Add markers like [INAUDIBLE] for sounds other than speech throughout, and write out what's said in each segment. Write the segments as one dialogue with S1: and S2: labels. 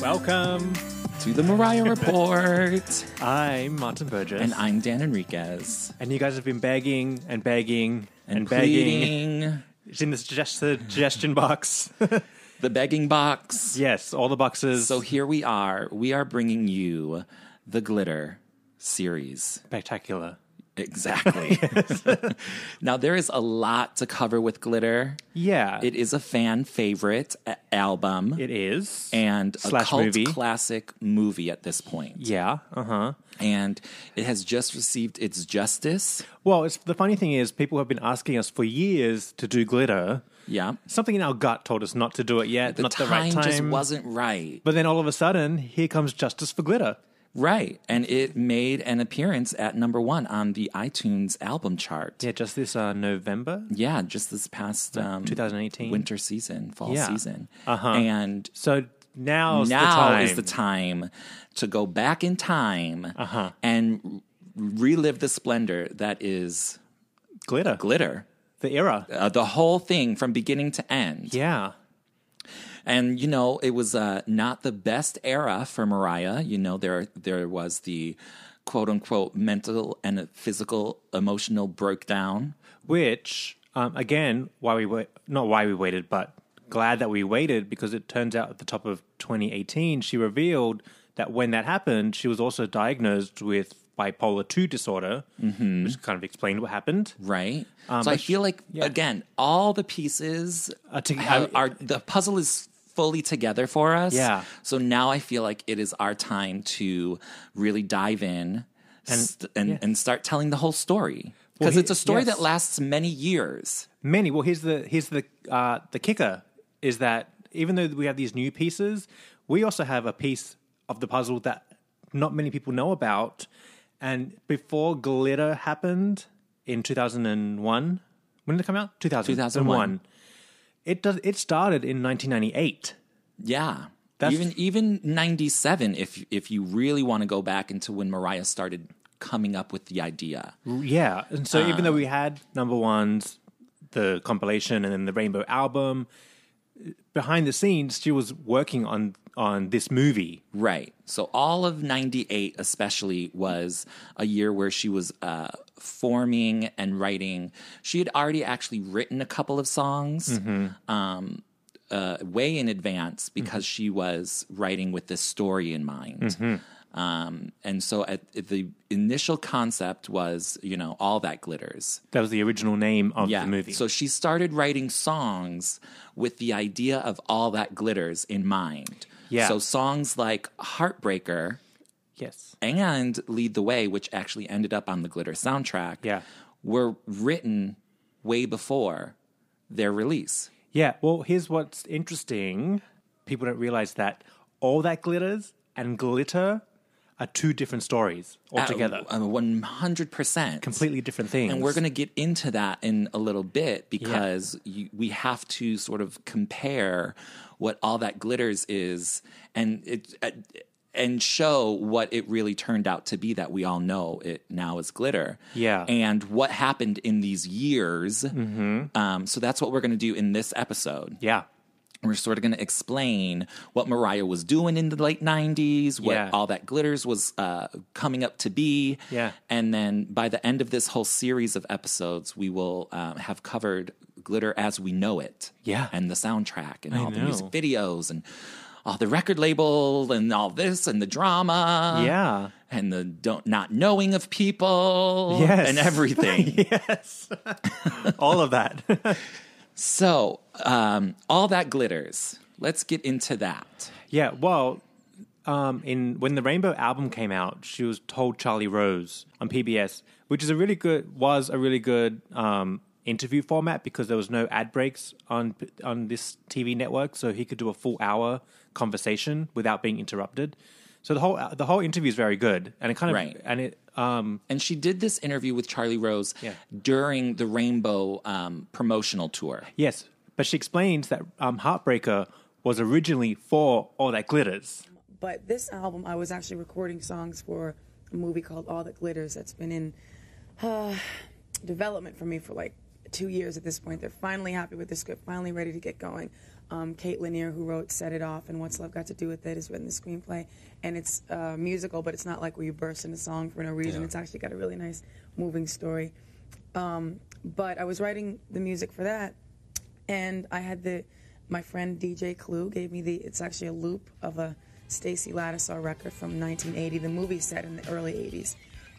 S1: Welcome.
S2: to the
S1: [LAUGHS]
S2: Mariah Report.
S1: I'm Martin Burgess.
S2: and I'm Dan Enriquez.
S1: And you guys have been begging and begging and,
S2: And
S1: begging.
S2: begging.
S1: It's in the suggest- suggestion
S2: [LAUGHS]
S1: box.
S2: The begging box.
S1: yes, all the boxes.
S2: So here we are. We are bringing you the Glitter series.
S1: spectacular. [LAUGHS]
S2: Exactly. [LAUGHS] now, there is a lot to cover with Glitter.
S1: Yeah.
S2: It is a fan favorite a- album
S1: Uh. it is.
S2: and a
S1: Slash
S2: cult
S1: movie.
S2: classic movie at this point.
S1: yeah. Uh huh.
S2: And it has just received its justice.
S1: Well, it's, the funny thing is, people have been asking us for years to do glitter.
S2: Yeah.
S1: Something in our gut told us not to do it yet.
S2: The
S1: not
S2: time,
S1: the right time.
S2: just wasn't right.
S1: but then all of a sudden, here comes Justice for Glitter.
S2: Right. And it made an appearance at number one on the iTunes album chart.
S1: Yeah, just this uh, November.
S2: Yeah, just this past um,
S1: 2018.
S2: winter season, fall
S1: Yeah.
S2: season. Uh-huh. And
S1: So now's the
S2: now
S1: time.
S2: is the time to go back in time
S1: Uh-huh.
S2: and relive the splendor that is
S1: Glitter.
S2: glitter.
S1: the era.
S2: Uh, the whole thing from beginning to end.
S1: Yeah.
S2: And you know, it was uh, not the best era for Mariah. You know, there there was the quote unquote mental and physical emotional breakdown.
S1: Which, um, again, why we wait, not why we waited, but glad that we waited because it turns out at the top of 2018, she revealed that when that happened, she was also diagnosed with bipolar 2 disorder, which kind of explained what happened.
S2: Right.
S1: Um,
S2: so I feel like again, all the pieces
S1: Uh, to-
S2: ha-
S1: I-
S2: are the puzzle is fully together for us.
S1: Yeah.
S2: So now I feel like it is our time to really dive in and and, and start telling the whole story because
S1: he-
S2: it's a story
S1: yes.
S2: that lasts many years.
S1: Many. Well, here's the here's the uh, the kicker is that even though we have these new pieces, we also have a piece of the puzzle that not many people know about. And before Glitter happened in 2001, when did it come out? 2000,
S2: 2001.
S1: It does. It started in 1998.
S2: Yeah.
S1: That's-
S2: even even 97 if if you really want to go back into when Mariah started coming up with the idea.
S1: Yeah, and so even though we had number ones, the compilation, and then the Rainbow album, behind the scenes, she was working on on this movie.
S2: Right. So all of 98 especially was a year where she was uh forming and writing. She had already actually written a couple of songs. Um uh, way in advance because she was writing with this story in mind. Um, and so at, at the initial concept was, you know, all that glitters.
S1: That was the original name of the movie.
S2: So she started writing songs with the idea of all that glitters in mind.
S1: Yeah.
S2: So songs like Heartbreaker
S1: yes,
S2: and Lead the Way, which actually ended up on the Glitter soundtrack,
S1: Yeah.
S2: were written way before their release.
S1: yeah. Well, here's what's interesting: people don't realize that all that glitters and glitter are two different stories altogether,
S2: Uh, 100%.
S1: completely different things.
S2: And we're going to get into that in a little bit because you, we have to sort of compare what all that glitters is and it uh, and show what it really turned out to be that we all know it now is glitter.
S1: Yeah.
S2: And what
S1: Mm-hmm.
S2: happened in these years. Um, so that's what we're going to do in this episode.
S1: yeah,
S2: we're sort of going to explain what Mariah was doing in the late 90s, what
S1: Yeah.
S2: all that glitters was uh, coming up to be.
S1: Yeah.
S2: And then by the end of this whole series of episodes, we will um, have covered glitter as we know it.
S1: Yeah.
S2: And the soundtrack and all the music
S1: know.
S2: videos and all the record label and all this and the drama.
S1: yeah.
S2: And the don't not knowing of people
S1: Yes.
S2: and
S1: [LAUGHS]
S2: everything.
S1: Yes. All of that. [LAUGHS]
S2: So, um, all that glitters. Let's get into that.
S1: yeah. Well, um, in when the Rainbow album came out, she was told Charlie Rose on PBS, which is a really good was a really good um, interview format because there was no ad breaks on on this TV network, so he could do a full hour conversation without being interrupted. So the whole the whole interview is very good, and it kind of
S2: Right.
S1: and it um,
S2: And she did this interview with Charlie Rose
S1: Yeah.
S2: during the Rainbow um, promotional tour.
S1: yes, but she explains that um, Heartbreaker was originally for all that glitters.
S3: But this album, I was actually recording songs for a movie called All That Glitters that's been in uh, development for me for like two years at this point. They're finally happy with the script, finally ready to get going. Um, Kate Lanier, who wrote Set It Off and What's Love Got to Do with It, has written the screenplay. And it's uh, musical, but it's not like where you burst into song for no reason. It's actually got a really nice, moving story. Um, but I was writing the music for that and I had the my friend DJ Clue gave me the it's actually a loop of a Stacy Lattisaw record from 1980, the movie set in the early 80s,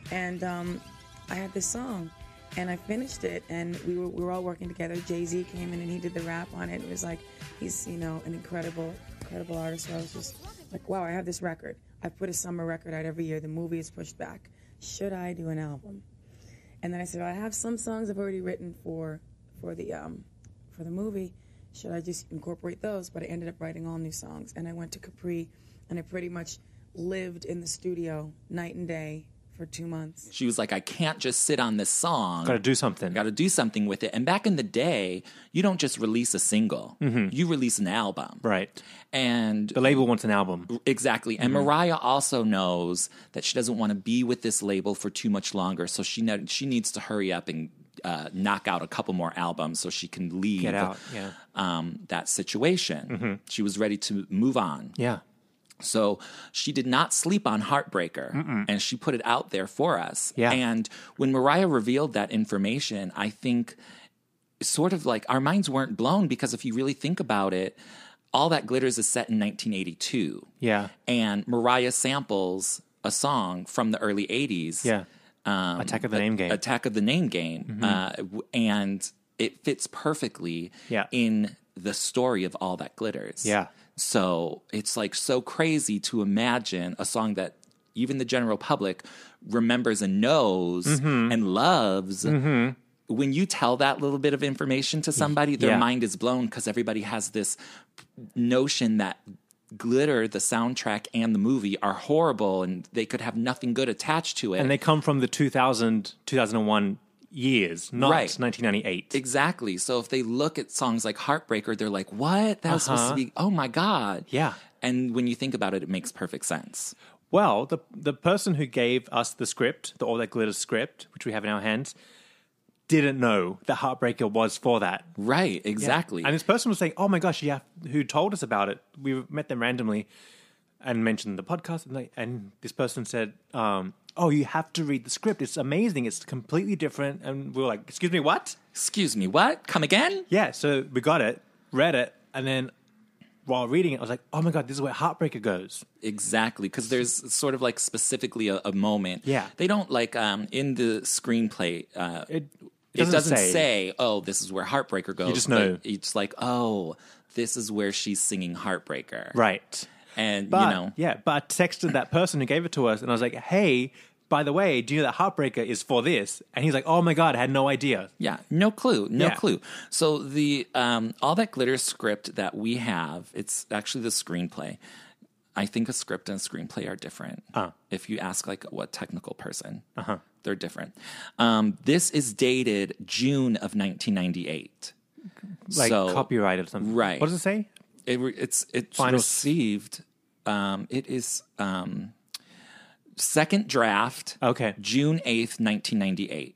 S3: and um, I had this song, and I finished it, and we were we were all working together. Jay Z came in and he did the rap on it. It was like he's you know an incredible incredible artist. So I was just like, wow, I have this record. I put a summer record out every year. The movie is pushed back. Should I do an album? And then I said, well, I have some songs I've already written for for the um, for the movie. Should I just incorporate those? But I ended up writing all new songs, and I went to Capri, and I pretty much lived in the studio night and day for two months.
S2: She was like, I can't just sit on this song.
S1: Got to do something.
S2: Got to do something with it. And back in the day, you don't just release a single, you release an album.
S1: Mm-hmm. right.
S2: And
S1: The Mm-hmm. label wants an album.
S2: Exactly. And Mariah also knows that she doesn't want to be with this label for too much longer. So she ne- she needs to hurry up and uh, knock out a couple more albums so she can leave
S1: Get out, yeah. Mm-hmm.
S2: um, that situation. She was ready to move on.
S1: Yeah.
S2: So she did not sleep on Heartbreaker and she put it out there for us.
S1: Yeah.
S2: And when Mariah revealed that information, I think sort of like our minds weren't blown because if you really think about it, all that glitters is set in 1982.
S1: Yeah.
S2: And Mariah samples a song from the early 80s.
S1: Yeah.
S2: Um,
S1: Attack of the Name Game. Mm-hmm.
S2: Attack of the Name Game. Uh, w- and it fits perfectly
S1: Yeah.
S2: in the story of All That Glitters.
S1: Yeah.
S2: So it's like so crazy to imagine a song that even the general public remembers and knows
S1: Mm-hmm.
S2: and loves. When you tell that little bit of information to somebody, their
S1: Yeah.
S2: mind is blown because everybody has this notion that glitter, the soundtrack, and the movie are horrible and they could have nothing good attached to it.
S1: And they come from the 2000, 2001 years, not
S2: Right.
S1: 1998.
S2: Exactly. So if they look at songs like Heartbreaker, they're like, what? That was supposed to be, oh my God.
S1: Uh-huh. Yeah.
S2: And when you think about it, it makes perfect sense.
S1: Well, the the person who gave us the script, the All That Glitters script, which we have in our hands, didn't know that Heartbreaker was for that.
S2: Right. Exactly.
S1: And this person was saying, "Oh my gosh, yeah, who told us about it? We met them randomly and mentioned the podcast." And, they, and this person said, um, "Oh, you have to read the script. It's amazing. It's completely different." And we were like, "Excuse me, what?"
S2: Excuse me, what? Come again?
S1: Yeah, so we got it, read it, and then while reading it, I was like, "Oh my god, this is where Heartbreaker goes."
S2: Exactly. Because there's sort of like specifically a, a moment.
S1: Yeah.
S2: They don't like um, in the screenplay, uh,
S1: It,
S2: it doesn't, say. oh, this is where Heartbreaker goes.
S1: just know.
S2: But It's like, oh, this is where she's singing Heartbreaker.
S1: right,
S2: And,
S1: but
S2: you know,
S1: yeah, but I texted that person who gave it to us, and I was like, "Hey." By the way, do you know that Heartbreaker is for this? And he's like, "Oh my god, I had no idea."
S2: Yeah, no clue, no
S1: Yeah.
S2: clue. So the um, all that glitter script that we have, it's actually the screenplay. I think a script and a screenplay are different.
S1: Uh.
S2: If you ask like what technical person, uh-huh. they're different. Um, this is dated June of 1998.
S1: Like
S2: So-
S1: copyright or something,
S2: right.
S1: What does it say?
S2: It re- it's it's
S1: Final s-
S2: received. Um, it is um, second draft.
S1: Okay. Mm-hmm.
S2: June eighth, nineteen ninety eight.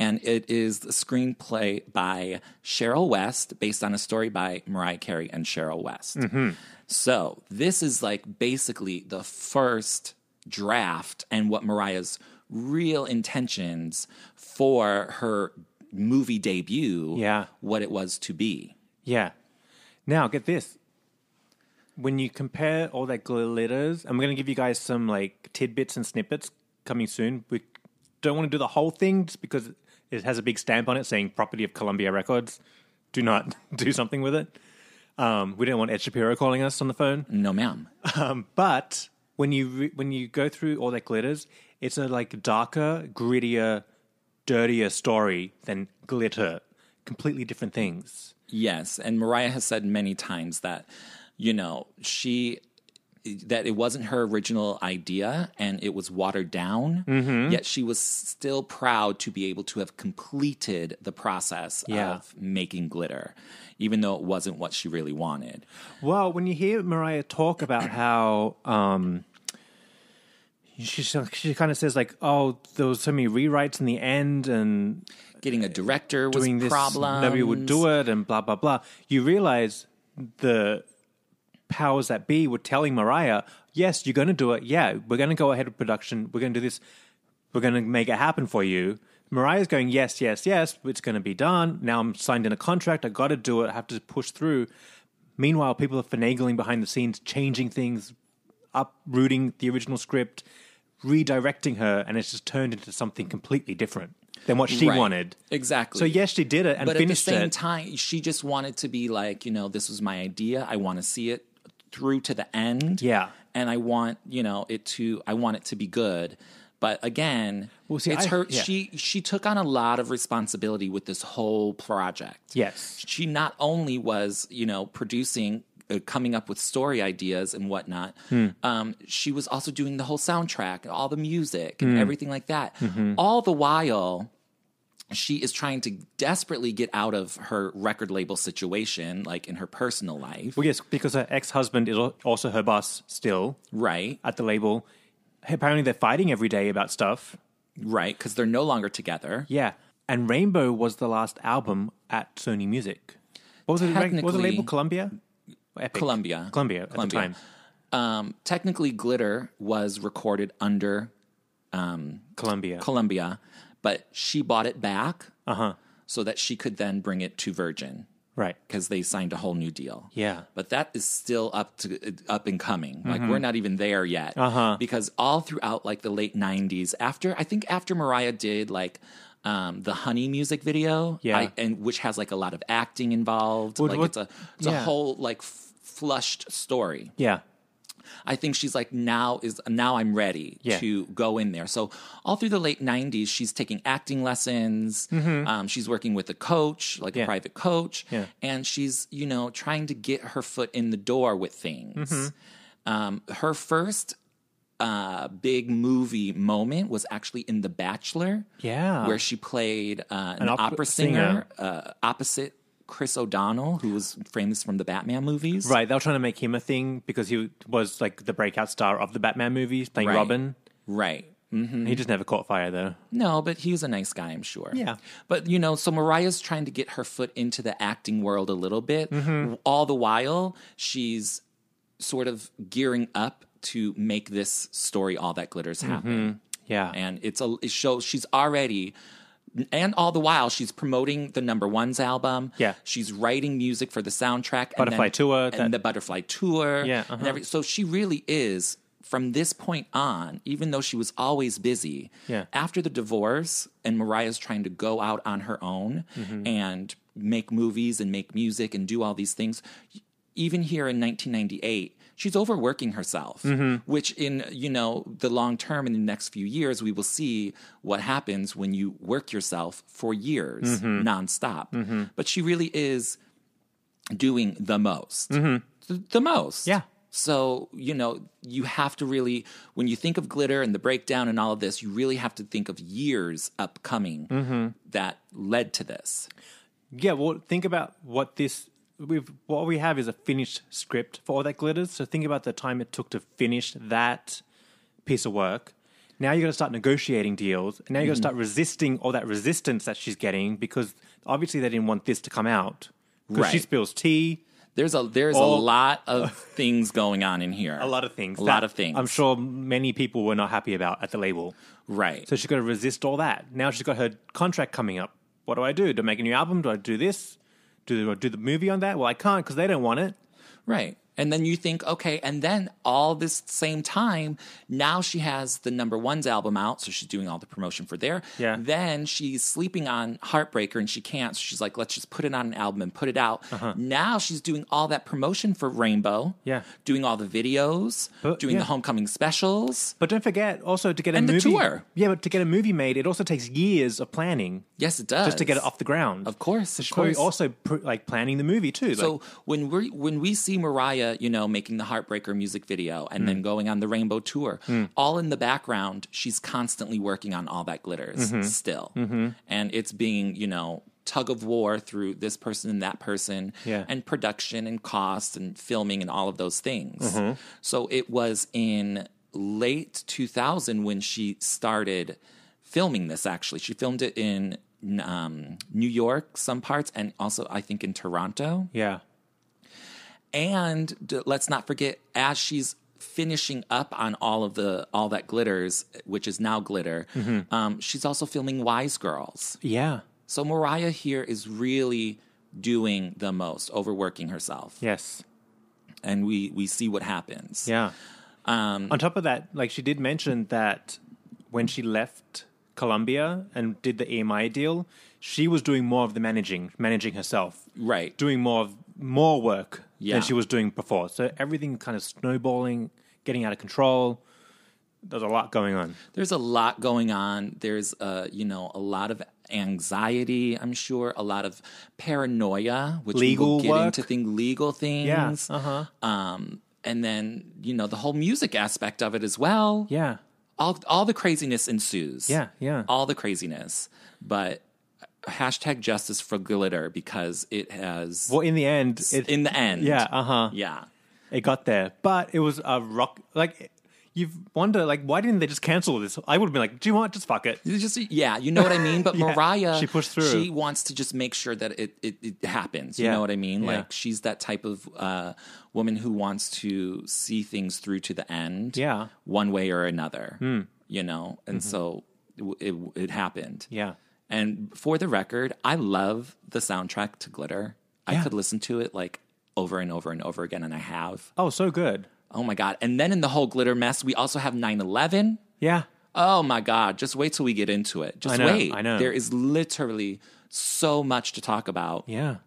S2: And it is the screenplay by Cheryl West, based on a story by Mariah Carey and Cheryl West.
S1: Mm-hmm.
S2: So this is like basically the first draft and what Mariah's real intentions for her movie debut,
S1: Yeah.
S2: what it was to be.
S1: Yeah. Now get this. When you compare all that glitters, I'm going to give you guys some like tidbits and snippets coming soon. We don't want to do the whole thing just because it has a big stamp on it saying property of Columbia Records. Do not [LAUGHS] do something with it. Um, we don't want Ed Shapiro calling us on the phone. Um,
S2: No, ma'am.
S1: But when you re- when you go through all that glitters, it's a like darker, grittier, dirtier story than glitter. Completely different things.
S2: Yes, and Mariah has said many times that you know she that it wasn't her original idea and it was watered down.
S1: Mm-hmm.
S2: Yet she was still proud to be able to have completed the process
S1: Yeah.
S2: of making glitter, even though it wasn't what she really wanted.
S1: Well, when you hear Mariah talk about how um, she she kind of says like, "Oh, there was so many rewrites in the end, and
S2: Getting a director was
S1: doing
S2: a
S1: this,
S2: problem.
S1: nobody would do it, and blah blah blah." You realize the powers that be were telling Mariah, "Yes, you're going to do it. Yeah, we're going to go ahead with production. We're going to do this. We're going to make it happen for you." Mariah's going, "Yes, yes, yes. It's going to be done. Now I'm signed in a contract. I got to do it. I have to push through." Meanwhile, people are finagling behind the scenes, changing things, uprooting the original script, redirecting her, and it's just turned into something completely different than what she
S2: Right.
S1: wanted.
S2: Exactly.
S1: So yes, she did it and
S2: but at the
S1: finished
S2: same
S1: it.
S2: time, she just wanted to be like, you know, this was my idea. I want to see it through to the end.
S1: Yeah.
S2: and I want you know it to I want it to be good. But again,
S1: Well, see,
S2: it's
S1: I-
S2: her.
S1: yeah.
S2: She she took on a lot of responsibility with this whole project.
S1: Yes.
S2: she not only was you know producing. uh, Coming up with story ideas and whatnot.
S1: Hmm.
S2: Um, she was also doing the whole soundtrack, and all the music,
S1: Hmm.
S2: and everything like that.
S1: Mm-hmm.
S2: All the while, she is trying to desperately get out of her record label situation, like in her personal life,
S1: Well, yes, because her ex-husband is al- also her boss still
S2: right?
S1: at the label. Apparently, they're fighting every day about stuff.
S2: Right, because they're no longer together.
S1: Yeah, and Rainbow was the last album at Sony Music. What was it? What was the label
S2: Technically-
S1: Columbia? Epic.
S2: Columbia.
S1: Columbia at
S2: Columbia.
S1: the time.
S2: Um, technically, Glitter was recorded under um,
S1: Columbia.
S2: Columbia, but she bought it back
S1: Uh-huh.
S2: so that she could then bring it to Virgin
S1: right.
S2: because they signed a whole new deal.
S1: Yeah. Mm-hmm.
S2: but that is still up to up and coming. Like we're not even there yet
S1: Uh-huh.
S2: because all throughout like the late '90s, after I think after Mariah did like. Um, the honey music video,
S1: Yeah.
S2: I- and which has like a lot of acting involved.
S1: Well,
S2: like
S1: what-
S2: it's a it's a
S1: yeah.
S2: whole like f- flushed story.
S1: Yeah.
S2: I think she's like now is now I'm ready
S1: Yeah.
S2: to go in there. So all through the late '90s, she's taking acting lessons. Um, she's working with a coach, like
S1: Mm-hmm. Yeah.
S2: a private coach,
S1: Yeah.
S2: and she's you know trying to get her foot in the door with things.
S1: Mm-hmm.
S2: Um, her first uh, big movie moment was actually in The Bachelor,
S1: Yeah.
S2: where she played uh, an,
S1: opera
S2: opera, singer, Uh, opposite Chris O'Donnell, who was famous from the Batman movies,
S1: Right, they were trying to make him a thing because he was like the breakout star of the Batman movies, playing
S2: Right. Mm-hmm.
S1: Robin.
S2: Right.
S1: He just never caught fire though.
S2: No, but he's a nice guy, I'm sure.
S1: Yeah.
S2: But, you know, so Mariah's trying to get her foot into the acting world a little bit.
S1: Mm-hmm.
S2: All the while, she's sort of gearing up to make this story, All That Glitters,
S1: Mm-hmm.
S2: happen.
S1: Yeah.
S2: And it's a, it shows she's already. And all the while, she's promoting the number ones album.
S1: Yeah.
S2: she's writing music for the soundtrack, and
S1: Butterfly Tour,
S2: and
S1: that-
S2: the Butterfly Tour.
S1: Yeah,
S2: and
S1: uh-huh.
S2: every- so she really is from this point on, even though she was always busy.
S1: Yeah.
S2: After the divorce, and Mariah's trying to go out on her own
S1: Mm-hmm.
S2: and make movies and make music and do all these things. Even here in 1998, she's overworking herself,
S1: Mm-hmm.
S2: which in you know the long term in the next few years, we will see what happens when you work yourself for years
S1: Mm-hmm.
S2: nonstop. But she really is doing the most. Th- The most.
S1: Mm-hmm. Yeah.
S2: So, you know, you have to really, when you think of glitter and the breakdown and all of this, you really have to think of years upcoming
S1: Mm-hmm.
S2: that led to this.
S1: Yeah, well, think about what this we've what we have is a finished script for all that glitters. So think about the time it took to finish that piece of work, Now you got to start negotiating deals, and now you got to start resisting all that resistance that she's getting because obviously they didn't want this to come out. 'Cause She
S2: Right.
S1: spills tea,
S2: There's a there's
S1: All-
S2: a lot of things going on in here.
S1: a lot of things.
S2: A lot
S1: that
S2: of things.
S1: I'm sure many people were not happy about at the label.
S2: Right.
S1: So she's got to resist all that. Now she's got her contract coming up. What do I do? Do I make a new album? Do I do this? Do I do the movie on that? Well, I can't because they don't want it.
S2: Right. And then you think, okay, and then all this same time, now she has the number ones album out, so she's doing all the promotion for there.
S1: Yeah.
S2: Then she's sleeping on Heartbreaker and she can't, so she's like, let's just put it on an album and put it out. Now she's doing all that promotion for Rainbow.
S1: Uh-huh. Yeah.
S2: Doing all the videos,
S1: But-
S2: doing
S1: yeah.
S2: the homecoming specials.
S1: But don't forget also to get a
S2: And the
S1: movie.
S2: tour.
S1: Yeah, but to get a movie made, it also takes years of planning
S2: Yes, it does.
S1: just to get it off the ground.
S2: Of course,
S1: So
S2: of
S1: she's probably
S2: course.
S1: also pr- like planning the movie too.
S2: So
S1: like,
S2: when we when we see Mariah, you know, making the Heartbreaker music video and
S1: Mm.
S2: then going on the Rainbow tour, all in the background, she's constantly working on all that glitters
S1: Mm-hmm.
S2: still, and it's being you know tug of war through this person and that person,
S1: Yeah.
S2: and production and cost and filming and all of those things.
S1: Mm-hmm.
S2: So it was in late 2000 when she started filming this actually. She filmed it in um, New York, some parts, and also I think in Toronto.
S1: yeah,
S2: And d- let's not forget, as she's finishing up on all of the all that glitters, which is now glitter,
S1: Mm-hmm.
S2: um, she's also filming Wise Girls.
S1: yeah,
S2: So Mariah here is really doing the most, overworking herself,
S1: yes,
S2: and we we see what happens.
S1: yeah. Um, On top of that, like she did mention that when she left Columbia and did the EMI deal, she was doing more of the managing, managing herself,
S2: Right.
S1: doing more of more work
S2: Yeah.
S1: than she was doing before. So everything kind of snowballing, getting out of control. There's a lot going on.
S2: There's a lot going on. There's uh, you know, a lot of anxiety, I'm sure, a lot of paranoia, which we
S1: Legal
S2: will get
S1: work.
S2: into thing legal
S1: Yeah,
S2: things.
S1: uh huh,
S2: Um and then, you know, the whole music aspect of it as well.
S1: yeah,
S2: all all the craziness ensues.
S1: Yeah, yeah.
S2: All the craziness, but hashtag justice for glitter because it has
S1: Well, in the end, it,
S2: in the end.
S1: yeah, uh huh,
S2: yeah.
S1: it got there, but it was a rock. Like you've wonder, like why didn't they just cancel this? I would have been like, do you want just fuck it?
S2: You just yeah, you know what I
S1: [LAUGHS]
S2: mean. But
S1: Yeah,
S2: Mariah,
S1: she pushed through.
S2: She wants to just make sure that it it, it happens. You
S1: Yeah,
S2: know what I mean?
S1: yeah.
S2: Like she's that type of uh, woman who wants to see things through to the end.
S1: Yeah. Hmm. Mm-hmm.
S2: one way or another. You know, and so it, it it happened.
S1: Yeah.
S2: And for the record, I love the soundtrack to Glitter. I could listen to it like over and over and over again, and I have.
S1: Oh, so good.
S2: Oh my god! And then in the whole glitter mess, we also have 9-11.
S1: Yeah.
S2: Oh my God, just wait till we get into it. Just
S1: I know,
S2: wait.
S1: I know.
S2: There is literally so much to talk about
S1: Yeah.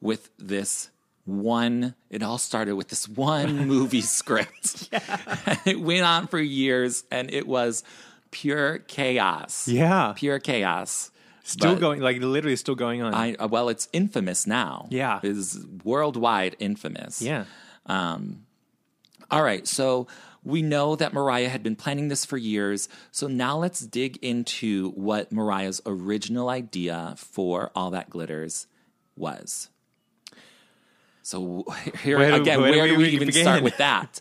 S2: with this one. It all started with
S1: [LAUGHS]
S2: this one movie script. And [LAUGHS] it went on for years and it was pure chaos.
S1: Yeah.
S2: Pure chaos.
S1: Still
S2: But
S1: going, like literally still going on.
S2: I, uh, well, it's infamous now.
S1: Yeah.
S2: It is worldwide infamous.
S1: yeah.
S2: All right, so we know that Mariah had been planning this for years. So now let's dig into what Mariah's original idea for All That Glitters was. So [LAUGHS] here
S1: Where do-
S2: again,
S1: where
S2: where,
S1: do
S2: do
S1: we
S2: we, even
S1: begin? [LAUGHS]
S2: start with that?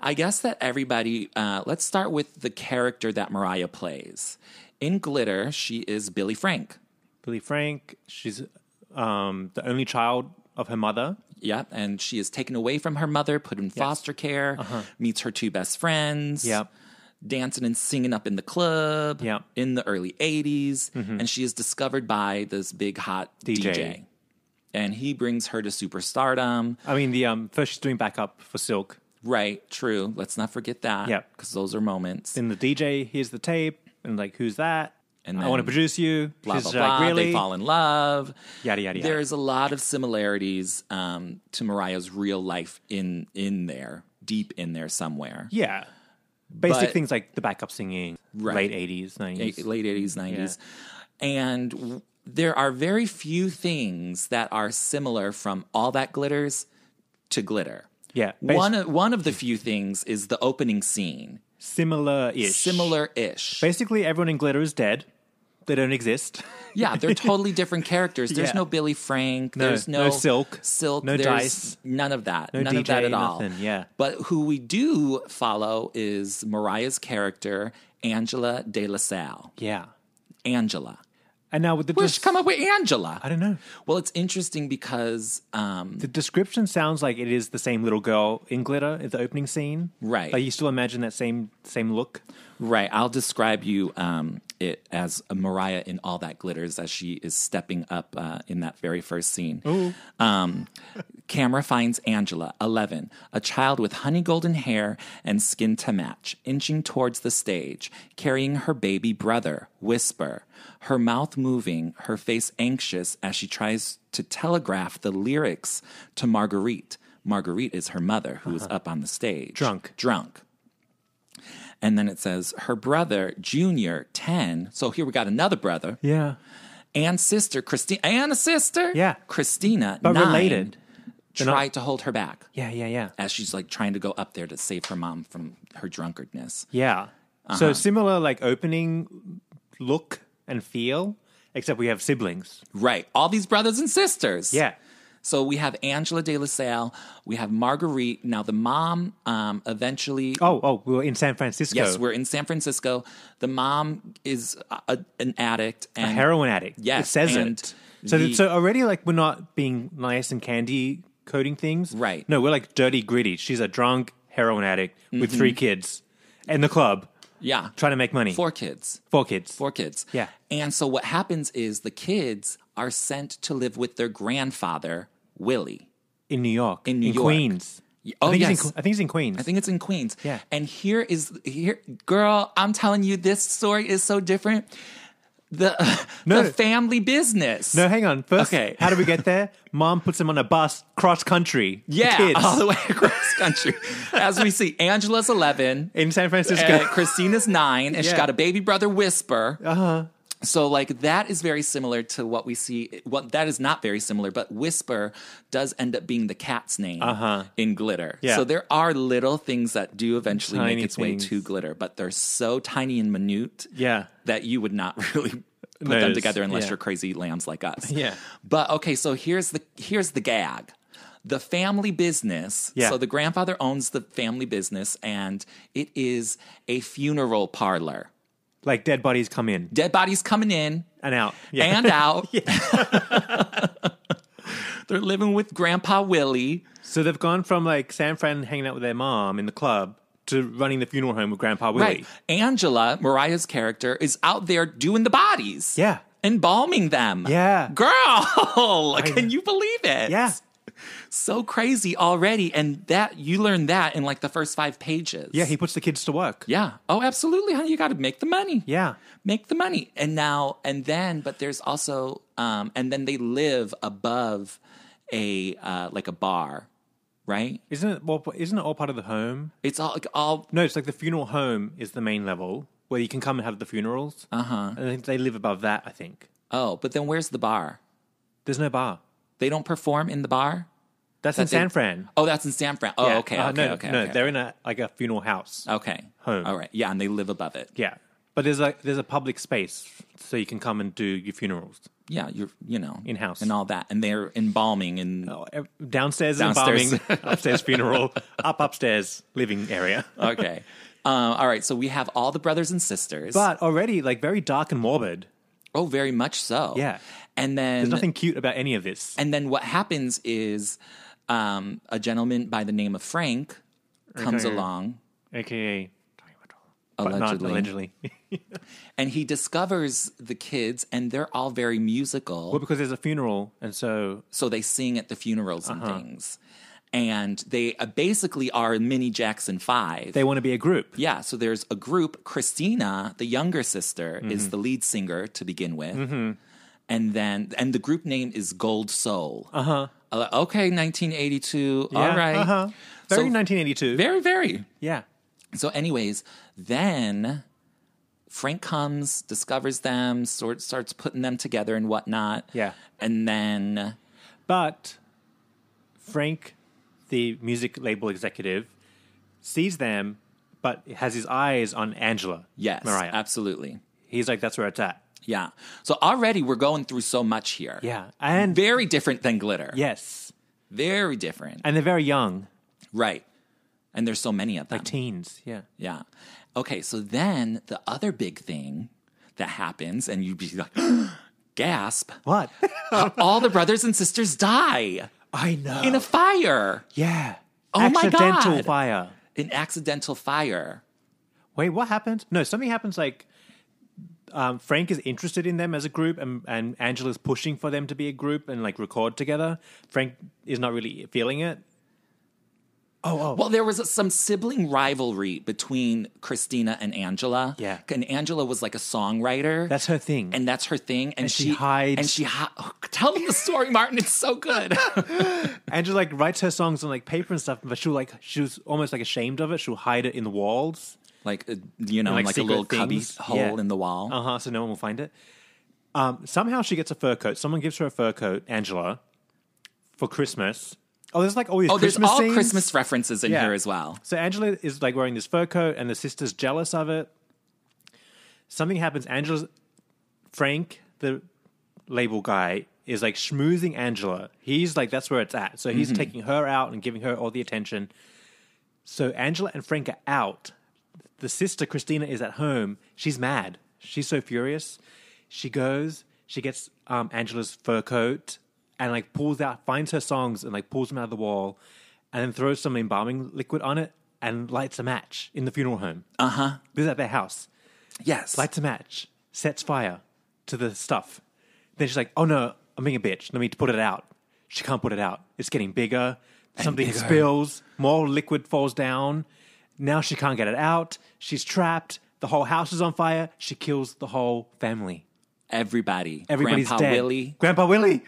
S2: I guess that everybody, uh, let's start with the character that Mariah plays. In Glitter, she is Billy Frank.
S1: Billy Frank, she's um, the only child of her mother.
S2: Yep. And she is taken away from her mother, put in foster care, meets her two best friends.
S1: Uh-huh. Yep.
S2: Dancing and singing up in the club
S1: Yep.
S2: in the early 80s.
S1: Mm-hmm.
S2: And she is discovered by this big hot
S1: DJ.
S2: DJ. And he brings her to superstardom.
S1: I mean, the um, first she's doing backup for Silk.
S2: Right, true. Let's not forget that.
S1: Yep.
S2: Because those are moments.
S1: Then the DJ hears the tape and like, who's that?
S2: And
S1: I want to
S2: then
S1: produce you.
S2: blah,
S1: she's
S2: blah,
S1: like,
S2: blah.
S1: really?
S2: They fall in love.
S1: Yada, yada, yada.
S2: There's a lot of similarities um, to Mariah's real life in in there, deep in there somewhere.
S1: Yeah. Basic
S2: But-
S1: things like the backup singing,
S2: Right.
S1: late eighties, nineties.
S2: eight- late 80s, 90s. And w- there are very few things that are similar from all that glitters to glitter.
S1: Yeah, bas-
S2: One of, one of the few things is the opening scene.
S1: Similar ish.
S2: Similar ish.
S1: Basically, everyone in glitter is dead. They don't exist. [LAUGHS]
S2: Yeah, they're totally different characters. There's
S1: Yeah.
S2: no Billy Frank.
S1: No,
S2: there's
S1: no
S2: no,
S1: Silk,
S2: Silk.
S1: no
S2: there's
S1: Dice,
S2: None of that.
S1: no
S2: none of that
S1: DJ,
S2: at all.
S1: nothing, yeah.
S2: But who we do follow is Mariah's character Angela De La Salle.
S1: Yeah.
S2: Angela.
S1: And now with the
S2: Where'd
S1: des-
S2: she come up with Angela?
S1: I don't know.
S2: Well, it's interesting because um,
S1: The description sounds like it is the same little girl in glitter at the opening scene.
S2: Right.
S1: Like you still imagine that same same look.
S2: Right. I'll describe you um, it as Mariah in all that glitters as she is stepping up uh, in that very first scene. Um, camera finds Angela, 11, a child with honey golden hair and skin to match, inching towards the stage, carrying her baby brother, Whisper, her mouth moving, her face anxious as she tries to telegraph the lyrics to Marguerite. Marguerite is her mother who is up on the stage.
S1: Drunk.
S2: Drunk. And then it says her brother, Junior, 10. So here we got another brother
S1: Yeah.
S2: and sister, Christina, and a sister.
S1: Yeah.
S2: Christina,
S1: But
S2: nine,
S1: related.
S2: tried
S1: not-
S2: to hold her back
S1: Yeah, yeah, yeah.
S2: as she's like trying to go up there to save her mom from her drunkardness.
S1: Yeah.
S2: Uh-huh.
S1: So similar like opening look and feel, except we have siblings.
S2: Right. All these brothers and sisters.
S1: Yeah.
S2: So we have Angela de la Salle. We have Marguerite. Now, the mom um, eventually
S1: Oh, oh, we were in San Francisco.
S2: Yes, we're in San Francisco. The mom is a, a- an addict and
S1: heroin addict.
S2: Yes,
S1: it says
S2: and
S1: it. So,
S2: the-
S1: so already like we're not being nice and candy coating things,
S2: Right.
S1: No, we're like dirty gritty. She's a drunk heroin addict with three kids in the club
S2: Yeah,
S1: trying to make money.
S2: Mm-hmm. four kids.
S1: Four kids.
S2: Four kids.
S1: Yeah.
S2: And so what happens is the kids are sent to live with their grandfather, Willie.
S1: in New York.
S2: In New York.
S1: Queens.
S2: Y- oh,
S1: I think
S2: yes.
S1: He's in, I think he's in Queens.
S2: I think it's in Queens.
S1: Yeah.
S2: And here is here girl, I'm telling you this story is so different. The [LAUGHS]
S1: No.
S2: the family business.
S1: No, hang on. First,
S2: Okay.
S1: how do we get
S2: [LAUGHS]
S1: there? Mom puts him on a bus cross country. the
S2: yeah,
S1: kids
S2: all the way [LAUGHS] across country. As we see, Angela's 11,
S1: in San Francisco.
S2: uh, Christina's 9, and she
S1: Yeah.
S2: got a baby brother, Whisper. Uh-huh. So like that is very similar to what we see. Well, that is not very similar, but Whisper does end up being the cat's name in Glitter.
S1: Uh-huh. Yeah.
S2: So there are little things that do eventually
S1: Tiny
S2: make its
S1: things.
S2: way to Glitter, but they're so tiny and minute
S1: Yeah.
S2: that you would not [LAUGHS] really put them
S1: Notice,
S2: together unless
S1: yeah.
S2: you're crazy lambs like us.
S1: Yeah.
S2: But okay, so here's the here's the gag. The family business.
S1: Yeah.
S2: So the grandfather owns the family business and it is a funeral parlor.
S1: like dead bodies come in
S2: Dead bodies coming in
S1: and out. Yeah.
S2: and
S1: [LAUGHS]
S2: out. [LAUGHS] They're living with Grandpa Willie.
S1: so they've gone from like San Fran hanging out with their mom in the club to running the funeral home with Grandpa Willie.
S2: Right. Angela, Mariah's character, is out there doing the bodies.
S1: Yeah.
S2: Embalming them.
S1: Yeah.
S2: Girl, [LAUGHS] can you believe it?
S1: Yeah.
S2: So crazy already. And that, you learn that in like the first five pages.
S1: Yeah, he puts the kids to work.
S2: Yeah. Oh, absolutely, honey. You got to make the money.
S1: Yeah.
S2: Make the money. And now, and then, but there's also, um, and then they live above a, uh, like a bar, right?
S1: Isn't it well isn't it all part of the home?
S2: It's all, like, all,
S1: No, it's like the funeral home is the main level where you can come and have the funerals. Uh-huh. And I think they live above that, I think.
S2: oh, but then where's the bar?
S1: There's no bar.
S2: They don't perform in the bar?
S1: That's in
S2: it.
S1: San Fran.
S2: Oh, that's in San Fran. Oh,
S1: Yeah.
S2: okay.
S1: Uh,
S2: okay.
S1: no,
S2: okay.
S1: no,
S2: okay.
S1: they're in a like a funeral house.
S2: Okay.
S1: Home.
S2: All right. Yeah, and they live above it.
S1: Yeah, but there's a there's a public space so you can come and do your funerals.
S2: Yeah, you're you know
S1: In-house.
S2: and all that, and they're embalming and
S1: Oh, ev- Downstairs,
S2: Downstairs.
S1: embalming, upstairs funeral, up upstairs living area.
S2: [LAUGHS] okay. Uh, all right, so we have all the brothers and sisters,
S1: But already like very dark and morbid.
S2: oh, very much so.
S1: Yeah.
S2: and then
S1: There's nothing cute about any of this.
S2: and then what happens is um, a gentleman by the name of Frank comes
S1: Okay.
S2: along
S1: AKA but not
S2: Allegedly. [LAUGHS]
S1: allegedly.
S2: and he discovers the kids, and they're all very musical.
S1: well, because there's a funeral, and so
S2: so they sing at the funerals and
S1: Uh-huh.
S2: things, and they uh, basically are mini Jackson Five.
S1: they want to be a group.
S2: Yeah, so there's a group. Christina, the younger sister,
S1: Mm-hmm.
S2: is the lead singer to begin with, and then and the group name is Gold Soul. Uh huh. Okay, 1982. All
S1: Uh-huh. Yeah,
S2: right.
S1: uh-huh.
S2: So-
S1: Very 1982.
S2: Very, very.
S1: yeah.
S2: So, anyways, then Frank comes, discovers them, sort starts putting them together and whatnot.
S1: Yeah.
S2: and then
S1: But Frank, the music label executive, sees them, but has his eyes on Angela.
S2: yes,
S1: Mariah.
S2: absolutely.
S1: He's like, that's where it's at.
S2: Yeah. So already we're going through so much here.
S1: Yeah. And
S2: Very different than glitter.
S1: yes.
S2: Very different.
S1: And they're very young.
S2: Right. and there's so many of them.
S1: Like teens, yeah.
S2: Yeah. Okay, so then the other big thing that happens, and you'd be like, [GASPS] gasp,
S1: What?
S2: all the brothers and sisters die
S1: [LAUGHS] I know.
S2: in a fire,
S1: yeah.
S2: Oh my
S1: Accidental
S2: God.
S1: fire.
S2: an accidental fire.
S1: Wait, what happened? No, something happens like um, Frank is interested in them as a group and, and Angela's pushing for them to be a group and like record together. Frank is not really feeling it.
S2: Well, there was some sibling rivalry between Christina and Angela.
S1: Yeah.
S2: And Angela was like a songwriter.
S1: That's her thing.
S2: And that's her thing. And,
S1: she hides-
S2: And she hi- [LAUGHS] oh, tell them the story, Martin. It's
S1: [LAUGHS]
S2: so good.
S1: Angela like writes her songs on like paper and stuff, but she'll like she's almost like ashamed of it. She'll hide it in the walls.
S2: like uh, you know,
S1: Like
S2: like, a
S1: secret
S2: little cubby
S1: things.
S2: hole
S1: Yeah.
S2: in the wall.
S1: Uh huh. So no one will find it. Um, somehow she gets a fur coat. Someone gives her a fur coat, Angela, for Christmas. Oh, there's like all these
S2: oh, there's
S1: Christmas
S2: all
S1: scenes.
S2: Christmas references in
S1: Yeah.
S2: here as well.
S1: So Angela is like wearing this fur coat, and the sister's jealous of it. Something happens. Angela's Frank, the label guy, is like schmoozing Angela. He's like, that's where it's at. So
S2: Mm-hmm.
S1: he's taking her out and giving her all the attention. So Angela and Frank are out. The sister, Christina, is at home. She's mad. She's so furious. She goes, she gets um, Angela's fur coat and like pulls out, finds her songs and like pulls them out of the wall and then throws some embalming liquid on it and lights a match in the funeral home. Uh huh. This is at their house
S2: Yes.
S1: lights a match, sets fire to the stuff. Then she's like, "Oh no, I'm being a bitch. Let me put it out." She can't put it out. It's getting bigger. Something
S2: bigger.
S1: spills. More liquid falls down. Now she can't get it out. She's trapped. The whole house is on fire. She kills the whole family.
S2: everybody.
S1: Everybody's
S2: Grandpa
S1: dead.
S2: Willie.
S1: Grandpa Willie,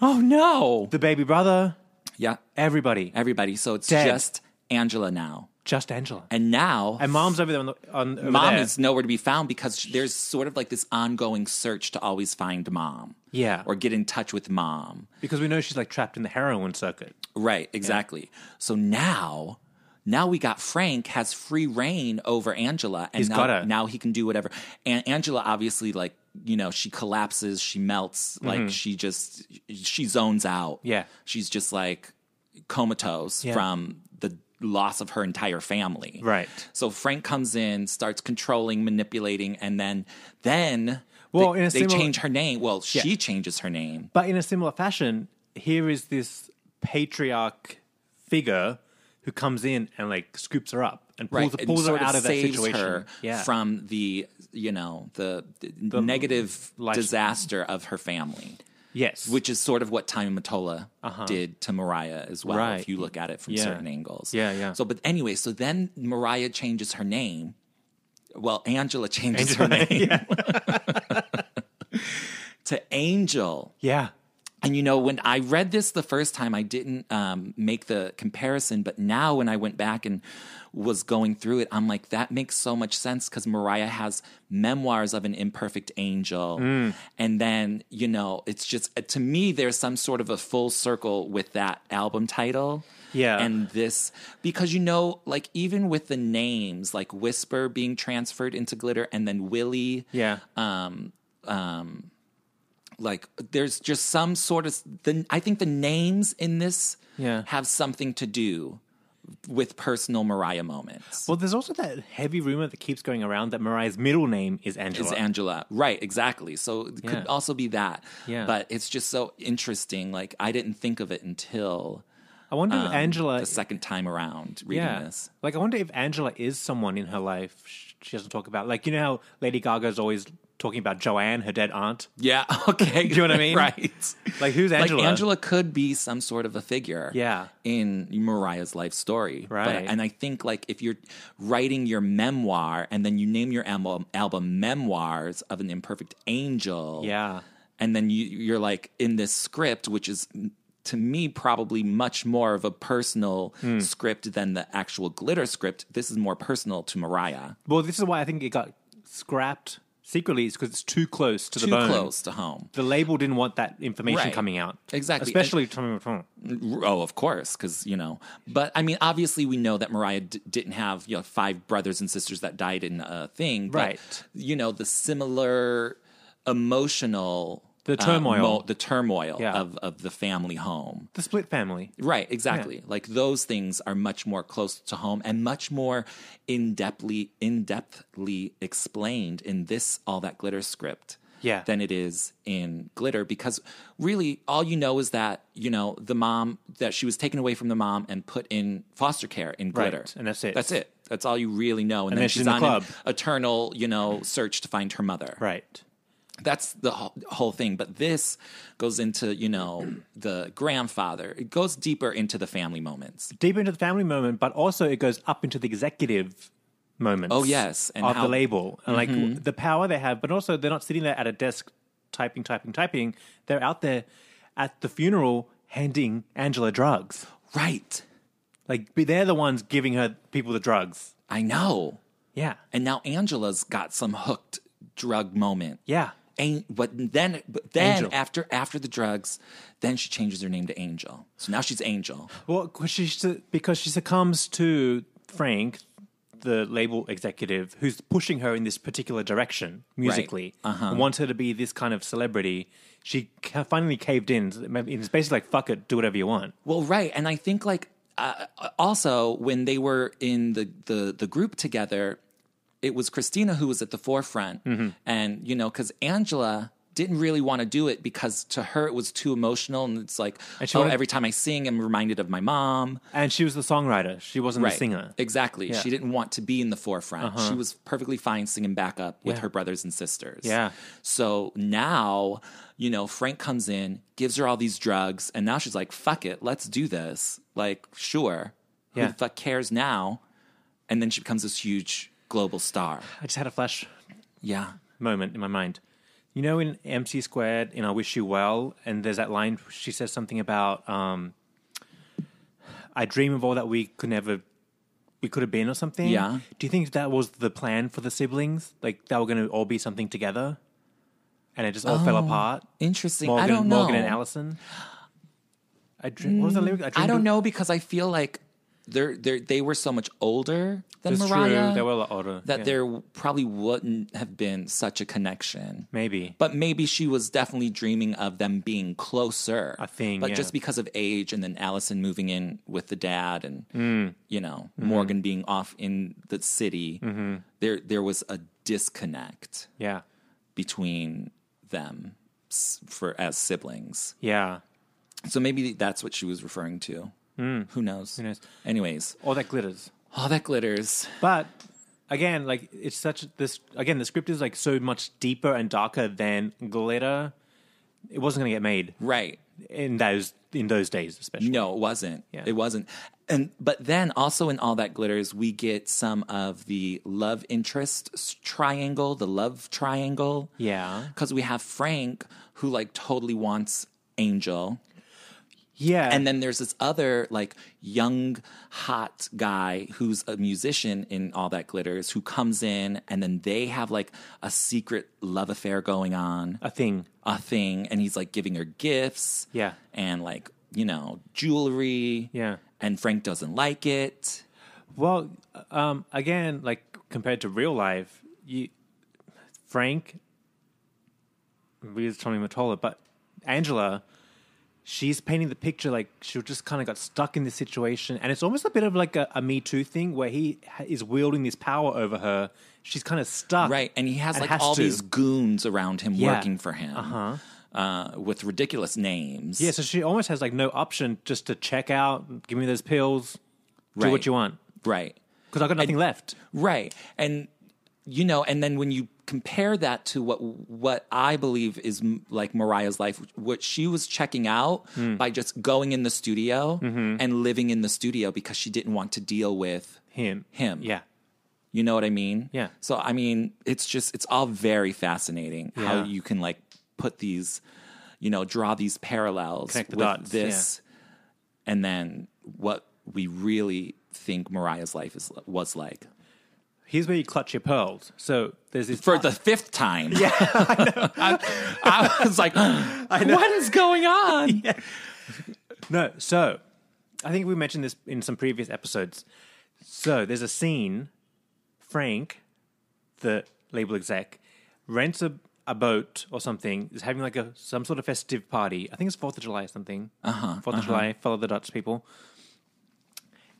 S2: Oh no.
S1: the baby brother,
S2: yeah.
S1: everybody.
S2: Everybody. So it's
S1: Dead.
S2: just Angela now.
S1: Just Angela. And,
S2: And now
S1: mom's over there. On the, on, over
S2: mom
S1: there.
S2: is nowhere to be found because there's sort of like this ongoing search to always find mom.
S1: Yeah.
S2: Or get in touch with mom.
S1: because we know she's like trapped in the heroin circuit.
S2: Right, exactly. So now now we got Frank has free reign over Angela and
S1: He's
S2: now,
S1: gotta.
S2: now he can do whatever. And Angela obviously like, you know, she collapses, she melts, like she just she zones out.
S1: Mm-hmm. Yeah.
S2: She's just like comatose
S1: Yeah.
S2: from the loss of her entire family.
S1: Right.
S2: So Frank comes in, starts controlling, manipulating, and then then
S1: Well,
S2: they,
S1: in a
S2: they
S1: similar-
S2: change her name. Well, she changes her name.
S1: But in a similar fashion, here is this patriarch figure who comes in and like scoops her up and pulls,
S2: and
S1: pulls her
S2: sort of
S1: out of that
S2: saves
S1: situation.
S2: her
S1: yeah.
S2: from the you know the, the negative
S1: life-
S2: disaster of her family,
S1: yes,
S2: which is sort of what Tommy Mottola did to Mariah as well.
S1: Uh-huh. Right.
S2: If you look at it from
S1: Yeah.
S2: certain angles,
S1: Yeah, yeah.
S2: So, but anyway, so then Mariah changes her name. Well, Angela changes
S1: [LAUGHS]
S2: her name [LAUGHS] to Angel.
S1: yeah,
S2: And you know, when I read this the first time, I didn't um, make the comparison. But now, when I went back and was going through it, I'm like, that makes so much sense because Mariah has memoirs of an imperfect angel.
S1: Mm.
S2: And then, you know, it's just uh, to me, there's some sort of a full circle with that album title.
S1: Yeah.
S2: And this, because you know, like even with the names, like Whisper being transferred into Glitter and then Willie
S1: yeah.
S2: like there's just some sort of the I think the names in this
S1: Yeah.
S2: have something to do with personal Mariah moments.
S1: well, there's also that heavy rumor that keeps going around that Mariah's middle name is Angela.
S2: is Angela. Right, exactly. So it
S1: Yeah.
S2: could also be that.
S1: Yeah.
S2: But it's just so interesting. Like I didn't think of it until
S1: I wonder if
S2: um,
S1: Angela.
S2: the second time around reading
S1: yeah,
S2: this.
S1: like I wonder if Angela is someone in her life sh- she doesn't talk about. Like you know how Lady Gaga's always talking about Joanne, her dead aunt.
S2: Yeah. [LAUGHS] Okay.
S1: you know what I mean?
S2: [LAUGHS] right.
S1: Like who's Angela?
S2: Like Angela could be some sort of a figure,
S1: Yeah.
S2: in Mariah's life story,
S1: Right.
S2: and I think like if you're writing your memoir and then you name your album, album "Memoirs of an Imperfect Angel,"
S1: Yeah.
S2: and then you, you're like in this script, which is to me probably much more of a personal
S1: Hmm.
S2: script than the actual glitter script. This is more personal to Mariah,
S1: Well, this is why I think it got scrapped secretly. Is because it's too close to
S2: too
S1: the bone.
S2: close to home.
S1: The label didn't want that information
S2: Right.
S1: coming out.
S2: Exactly.
S1: Especially Tommy McFarlane.
S2: Oh, of course, because you know. But I mean, obviously, we know that Mariah d- didn't have you know five brothers and sisters that died in a thing, but,
S1: Right.
S2: You know the similar emotional
S1: The
S2: uh,
S1: turmoil.
S2: mo- the turmoil
S1: Yeah.
S2: of, of the family home.
S1: the split family.
S2: Right, exactly. Like those things are much more close to home and much more in depthly in depthly explained in this all that glitter script.
S1: Yeah.
S2: Than it is in glitter because really all you know is that, you know, the mom that she was taken away from the mom and put in foster care in
S1: Right,
S2: glitter.
S1: and that's it.
S2: That's it. That's all you really know. And,
S1: then she's in the
S2: on
S1: club.
S2: an eternal, you know, search to find her mother
S1: Right.
S2: that's the whole, whole thing but this goes into you know [CLEARS THROAT] the grandfather it goes deeper into the family moments
S1: Deep into the family moment, but also it goes up into the executive moments.
S2: Oh, yes, and
S1: of
S2: how- Mm-hmm.
S1: the label and like the power they have, but also they're not sitting there at a desk typing, typing, typing. They're out there at the funeral handing Angela drugs.
S2: right
S1: Like be- they're the ones giving her people the drugs.
S2: i know
S1: Yeah.
S2: and now angela's got some hooked drug moment
S1: Yeah.
S2: An- but then but then
S1: Angel.
S2: after after the drugs then she changes her name to angel so now she's angel
S1: Well, 'cause she su- because she succumbs to Frank, the label executive, who's pushing her in this particular direction musically, and wants her to be this kind of celebrity. She ca- finally caved in. It's basically like, "Fuck it, do whatever you want."
S2: Well, right, and I think like uh, also when they were in the the the group together, it was Christina who was at the forefront,
S1: Mm-hmm.
S2: and you know because Angela didn't really want to do it because to her it was too emotional, and it's like
S1: And she
S2: oh,
S1: wanted-
S2: every time I sing, I'm reminded of my mom.
S1: And she was the songwriter; she wasn't the singer.
S2: Exactly.
S1: Yeah. Uh-huh.
S2: She didn't want to be in the forefront. She was perfectly fine singing backup with
S1: Yeah.
S2: her brothers and sisters.
S1: Yeah.
S2: So now, you know, Frank comes in, gives her all these drugs, and now she's like, fuck it, let's do this. Like, sure.
S1: Yeah.
S2: Who the fuck cares now? And then she becomes this huge global star.
S1: I just had a flash
S2: Yeah.
S1: moment in my mind. You know, in MC Squared, in I Wish You Well, and there's that line she says something about, um, I dream of all that we could never, we could have been or something.
S2: Yeah.
S1: Do you think that was the plan for the siblings? Like they were going to all be something together? And it just all fell apart?
S2: Oh, Interesting.
S1: Morgan,
S2: I don't know. Mm,
S1: Morgan and Allison? I dream, what was the lyric?
S2: I
S1: dreamed
S2: don't
S1: of-
S2: know because I feel like they're, they're, they were so much older than
S1: That's
S2: Mariah.
S1: true. They were a lot older.
S2: That
S1: yeah.
S2: there probably wouldn't have been such a connection.
S1: Maybe.
S2: But maybe she was definitely dreaming of them being closer.
S1: I think,
S2: But
S1: yeah.
S2: just because of age and then Allison moving in with the dad and,
S1: Mm.
S2: you know,
S1: Mm-hmm.
S2: Morgan being off in the city, there, there was a disconnect
S1: yeah.
S2: between them s- for as siblings.
S1: Yeah.
S2: So maybe that's what she was referring to. Who knows? Hmm. Who
S1: knows?
S2: Anyways,
S1: All that glitters.
S2: all that glitters.
S1: But again, like it's such this again, the script is like so much deeper and darker than glitter. It wasn't going to get made
S2: Right.
S1: in those in those days, especially.
S2: No, it wasn't.
S1: Yeah.
S2: It wasn't. And but then also in all that glitters, we get some of the love interest s- triangle, the love triangle.
S1: Yeah.
S2: because we have Frank who like totally wants Angel,
S1: Yeah,
S2: and then there's this other like young hot guy who's a musician in all that glitters who comes in, and then they have like a secret love affair going on
S1: a thing.
S2: a thing and he's like giving her gifts
S1: Yeah.
S2: and like you know jewelry
S1: Yeah.
S2: and frank doesn't like it
S1: Well, um, again, like compared to real life, you Frank, we was Tommy Mottola, but Angela, she's painting the picture like she just kind of got stuck in this situation, and it's almost a bit of like a, a Me Too thing where he ha- is wielding this power over her. She's kind of stuck,
S2: right and he has
S1: Ah. and
S2: like all
S1: to.
S2: these goons around him
S1: Yeah.
S2: working for him uh-huh. with ridiculous names
S1: Yeah, so she almost has like no option just to check out, give me those pills, do
S2: Right.
S1: what you want,
S2: right
S1: because I got nothing left.
S2: right and you know and then when you compare that to what what i believe is m- like mariah's life what she was checking out
S1: Hmm.
S2: by just going in the studio
S1: Mm-hmm.
S2: and living in the studio because she didn't want to deal with
S1: Him,
S2: him
S1: yeah,
S2: You know what I mean?
S1: Yeah.
S2: So I mean, it's just it's all very fascinating how
S1: Yeah.
S2: you can like put these, you know, draw these parallels
S1: Connect the
S2: with
S1: dots,
S2: this, and then what we really think Mariah's life is was like
S1: here's where you clutch your pearls. So there's this
S2: for the fifth
S1: [LAUGHS]
S2: time. Yeah, [LAUGHS] I, I
S1: [GASPS]
S2: was like, what is going
S1: [LAUGHS]
S2: on?
S1: No, so I think we mentioned this in some previous episodes. So there's a scene. Frank, the label exec, rents a, a boat or something is having like a some sort of festive party. I think it's Fourth of July or something. Uh-huh, 4th of July, follow the Dutch people.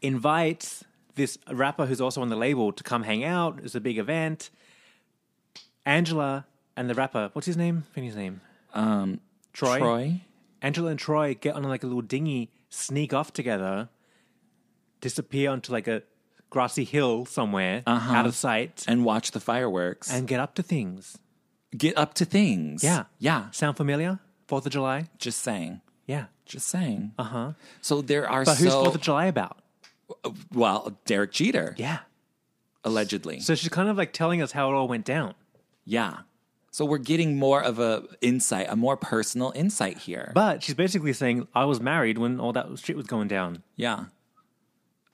S1: Invites this rapper who's also on the label to come hang out. It's a big event. Angela and the rapper, what's his name? What's his name? Um, Troy.
S2: Troy?
S1: Angela and Troy get on like a little dinghy, sneak off together, disappear onto like a grassy hill somewhere
S2: Uh-huh.
S1: out of sight,
S2: and watch the fireworks and
S1: and get up to things.
S2: get up to things.
S1: Yeah.
S2: Yeah.
S1: Sound familiar? Fourth of July?
S2: Just saying.
S1: Yeah.
S2: Just saying. Uh huh. So there are
S1: Uh-huh. But who's
S2: so
S1: Fourth of July about?
S2: well, Derek Jeter
S1: Yeah.
S2: allegedly.
S1: So she's kind of like telling us how it all went down.
S2: yeah. So we're getting more of a insight, a more personal insight here.
S1: But she's basically saying, I was married when all that shit was going down.
S2: yeah.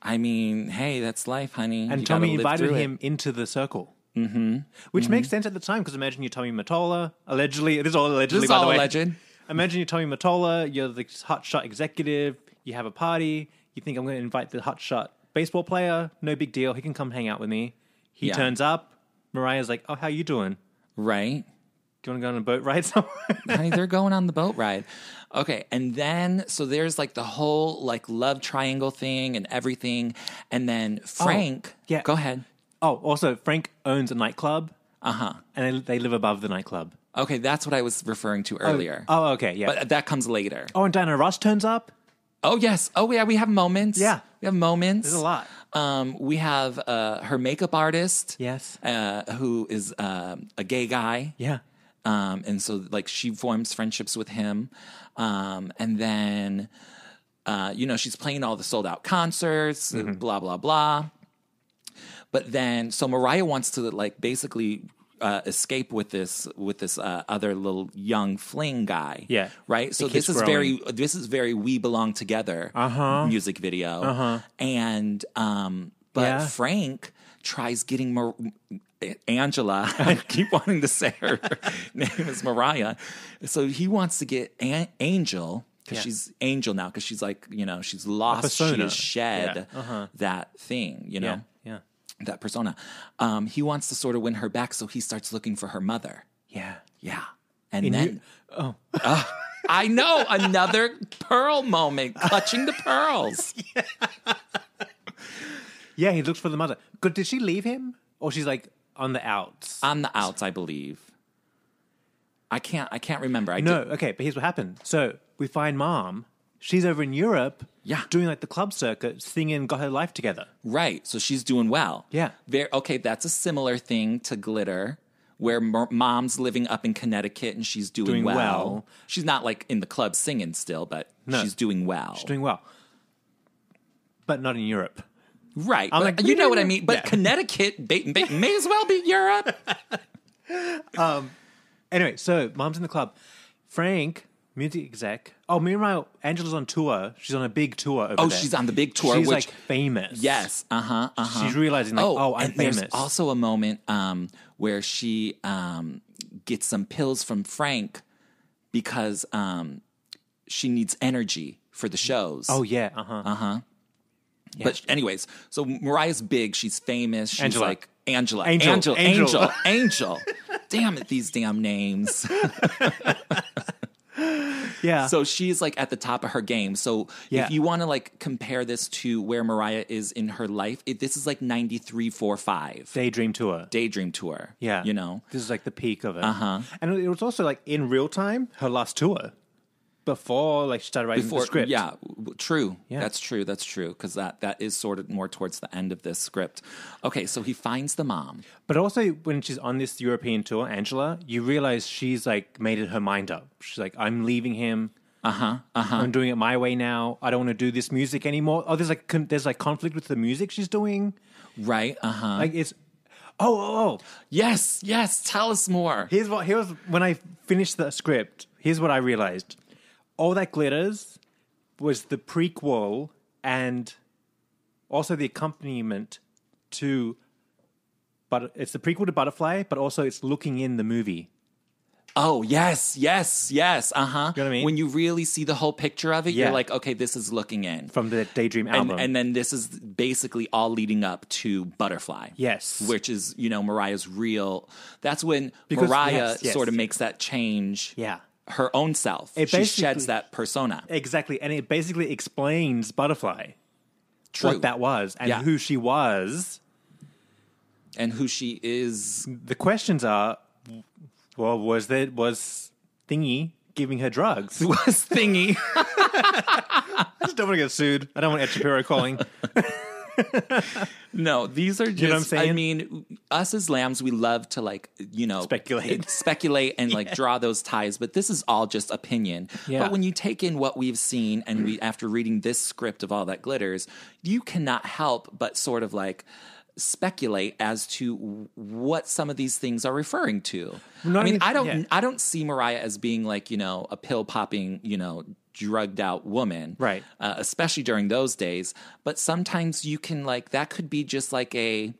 S2: I mean, hey, that's life, honey.
S1: And
S2: You gotta
S1: Tommy
S2: live
S1: invited
S2: through it. Mm-hmm.
S1: him into the circle. Mm-hmm. Which makes sense at the time because imagine you're Tommy Matola, allegedly. This is all allegedly,
S2: This is
S1: by
S2: all
S1: the way.
S2: a legend.
S1: Imagine you're Tommy Matola, you're the hotshot executive, you have a party, you think I'm going to invite the hotshot baseball player, no big deal, he can come hang out with me. He
S2: Yeah.
S1: turns up, Mariah's like, oh, how you doing? [LAUGHS]
S2: Right?
S1: Do you want to go on a boat ride [LAUGHS] somewhere?
S2: Honey, they're going on the boat ride. Okay. And then, so there's like the whole like love triangle thing and everything. And then Frank.
S1: Oh, yeah.
S2: Go ahead. Uh-huh.
S1: oh, also, Frank owns a nightclub. Uh huh. And they, they live above the nightclub.
S2: Okay. That's what I was referring to earlier.
S1: Oh, okay, yeah.
S2: But that comes later.
S1: oh, and Diana Ross turns up.
S2: Oh, yes. Oh, yeah. We have moments.
S1: Yeah.
S2: We have moments.
S1: There's a lot.
S2: Um, we have uh, her makeup artist.
S1: Yes.
S2: Uh, who is um, a gay guy.
S1: Yeah.
S2: Um, and so like she forms friendships with him. Um, and then, uh, you know, she's playing all the sold out concerts,
S1: Mm-hmm.
S2: blah, blah, blah. But then, so Mariah wants to like basically, uh, escape with this with this uh, other little young fling guy
S1: Yeah.
S2: right so
S1: keeps
S2: this is very this is very we belong together
S1: Uh-huh.
S2: music video and um but
S1: Yeah.
S2: frank tries getting Mar- angela [LAUGHS] i keep wanting to say her [LAUGHS] name is mariah so he wants to get An- angel because
S1: Yeah.
S2: she's angel now because she's like you know she's lost she
S1: persona.
S2: has shed
S1: Yeah.
S2: that thing you know
S1: Yeah. Yeah.
S2: that persona um he wants to sort of win her back so he starts looking for her mother
S1: Yeah.
S2: yeah. And
S1: In
S2: then
S1: you-
S2: [LAUGHS]
S1: oh.
S2: Uh, I know another pearl moment, clutching
S1: [LAUGHS]
S2: the pearls.
S1: Yeah, he looks for the mother. Good. Did she leave him? Or she's like on the outs?
S2: On the outs, I believe. I can't I can't remember. I
S1: no,
S2: did-
S1: okay, but here's what happened. So we find mom. She's over in Europe.
S2: Yeah.
S1: Doing like the club circuit, singing, got her life together.
S2: right. So she's doing well.
S1: Yeah.
S2: Very okay, that's a similar thing to glitter. Where mo- mom's living up in Connecticut and she's doing,
S1: Doing
S2: well.
S1: well.
S2: She's not like in the club singing still, but
S1: No.
S2: she's doing well.
S1: She's doing well. But not in Europe.
S2: right. but
S1: like,
S2: you know what I mean? But
S1: Yeah.
S2: Connecticut, they, they may as well be
S1: [LAUGHS]
S2: Europe.
S1: Anyway, so mom's in the club. Frank, music exec. Oh, meanwhile, Angela's on tour. She's on a big tour over
S2: Oh,
S1: there.
S2: she's on the big tour,
S1: She's
S2: which-
S1: like famous.
S2: Yes. Uh huh. Uh huh.
S1: She's realizing like, oh, I'm
S2: and there's
S1: famous.
S2: also a moment um, where she um, gets some pills from Frank because um, she needs energy for the shows.
S1: oh yeah, uh huh.
S2: But anyways, so Mariah's big. She's famous. She's
S1: Angela.
S2: like Angela.
S1: Angel,
S2: Angel.
S1: Angel. [LAUGHS]
S2: Angel. Angel. damn it, these damn names.
S1: Yeah.
S2: So she's like at the top of her game. So
S1: Yeah.
S2: if you want to like compare this to where Mariah is in her life, it, this is like 93, 4, 5.
S1: daydream tour.
S2: daydream tour.
S1: Yeah.
S2: You know? Uh-huh.
S1: This is like the peak of it. Uh huh. And it was also like in real time, her last tour. Before like she started writing the script.
S2: Yeah. w- True.
S1: Yeah.
S2: That's true. That's true. Because that, that is sort of more towards the end of this script. Okay. So he finds the mom.
S1: But also when she's on this European tour, Angela, you realize she's like made it her mind up. She's like, I'm leaving him. Uh huh.
S2: Uh-huh,
S1: Uh huh. I'm doing it my way now. I don't want to do this music anymore. Oh, there's like con- there's like conflict with the music she's doing.
S2: Right. Uh huh.
S1: Like it's oh oh oh.
S2: Yes. Yes. Tell us more.
S1: Here's what here's when I finished the script. Here's what I realized. All that glitters was the prequel and also the accompaniment to but it's the prequel to Butterfly, but also it's looking in the movie.
S2: Oh, yes, yes, yes. Uh huh.
S1: You know what I mean?
S2: When you really see the whole picture of it,
S1: Yeah.
S2: you're like, okay, this is looking in.
S1: from the Daydream
S2: and,
S1: album.
S2: and then this is basically all leading up to Butterfly.
S1: Yes.
S2: Which is, you know, Mariah's real. That's when
S1: Because-
S2: Mariah
S1: yes, yes.
S2: sort of makes that change.
S1: Yeah.
S2: Her own self.
S1: It
S2: she sheds
S1: basically-
S2: that persona.
S1: exactly, and it basically explains Butterfly,
S2: True.
S1: what that was, and
S2: Yeah.
S1: who she was.
S2: and who she is. [LAUGHS]
S1: The questions are, well, was there was Thingy giving her drugs? I
S2: Was thingy.
S1: just don't want to get sued. I don't want Ed Shapiro calling.
S2: No, these are just.
S1: know what I'm saying?
S2: I mean, us as lambs, we love to like you know
S1: Speculate.
S2: eh, speculate,
S1: [LAUGHS]
S2: and like draw those ties. But this is all just opinion.
S1: Yeah.
S2: But when you take in what we've seen, and we after reading this script of all that glitters, you cannot help but sort of like speculate as to w- what some of these things are referring to.
S1: Not
S2: I mean,
S1: even-
S2: I don't,
S1: yeah.
S2: I don't see Mariah as being like you know a pill popping, you know. Drugged out woman,
S1: Right.
S2: uh, especially during those days. But sometimes you can like that could be just like a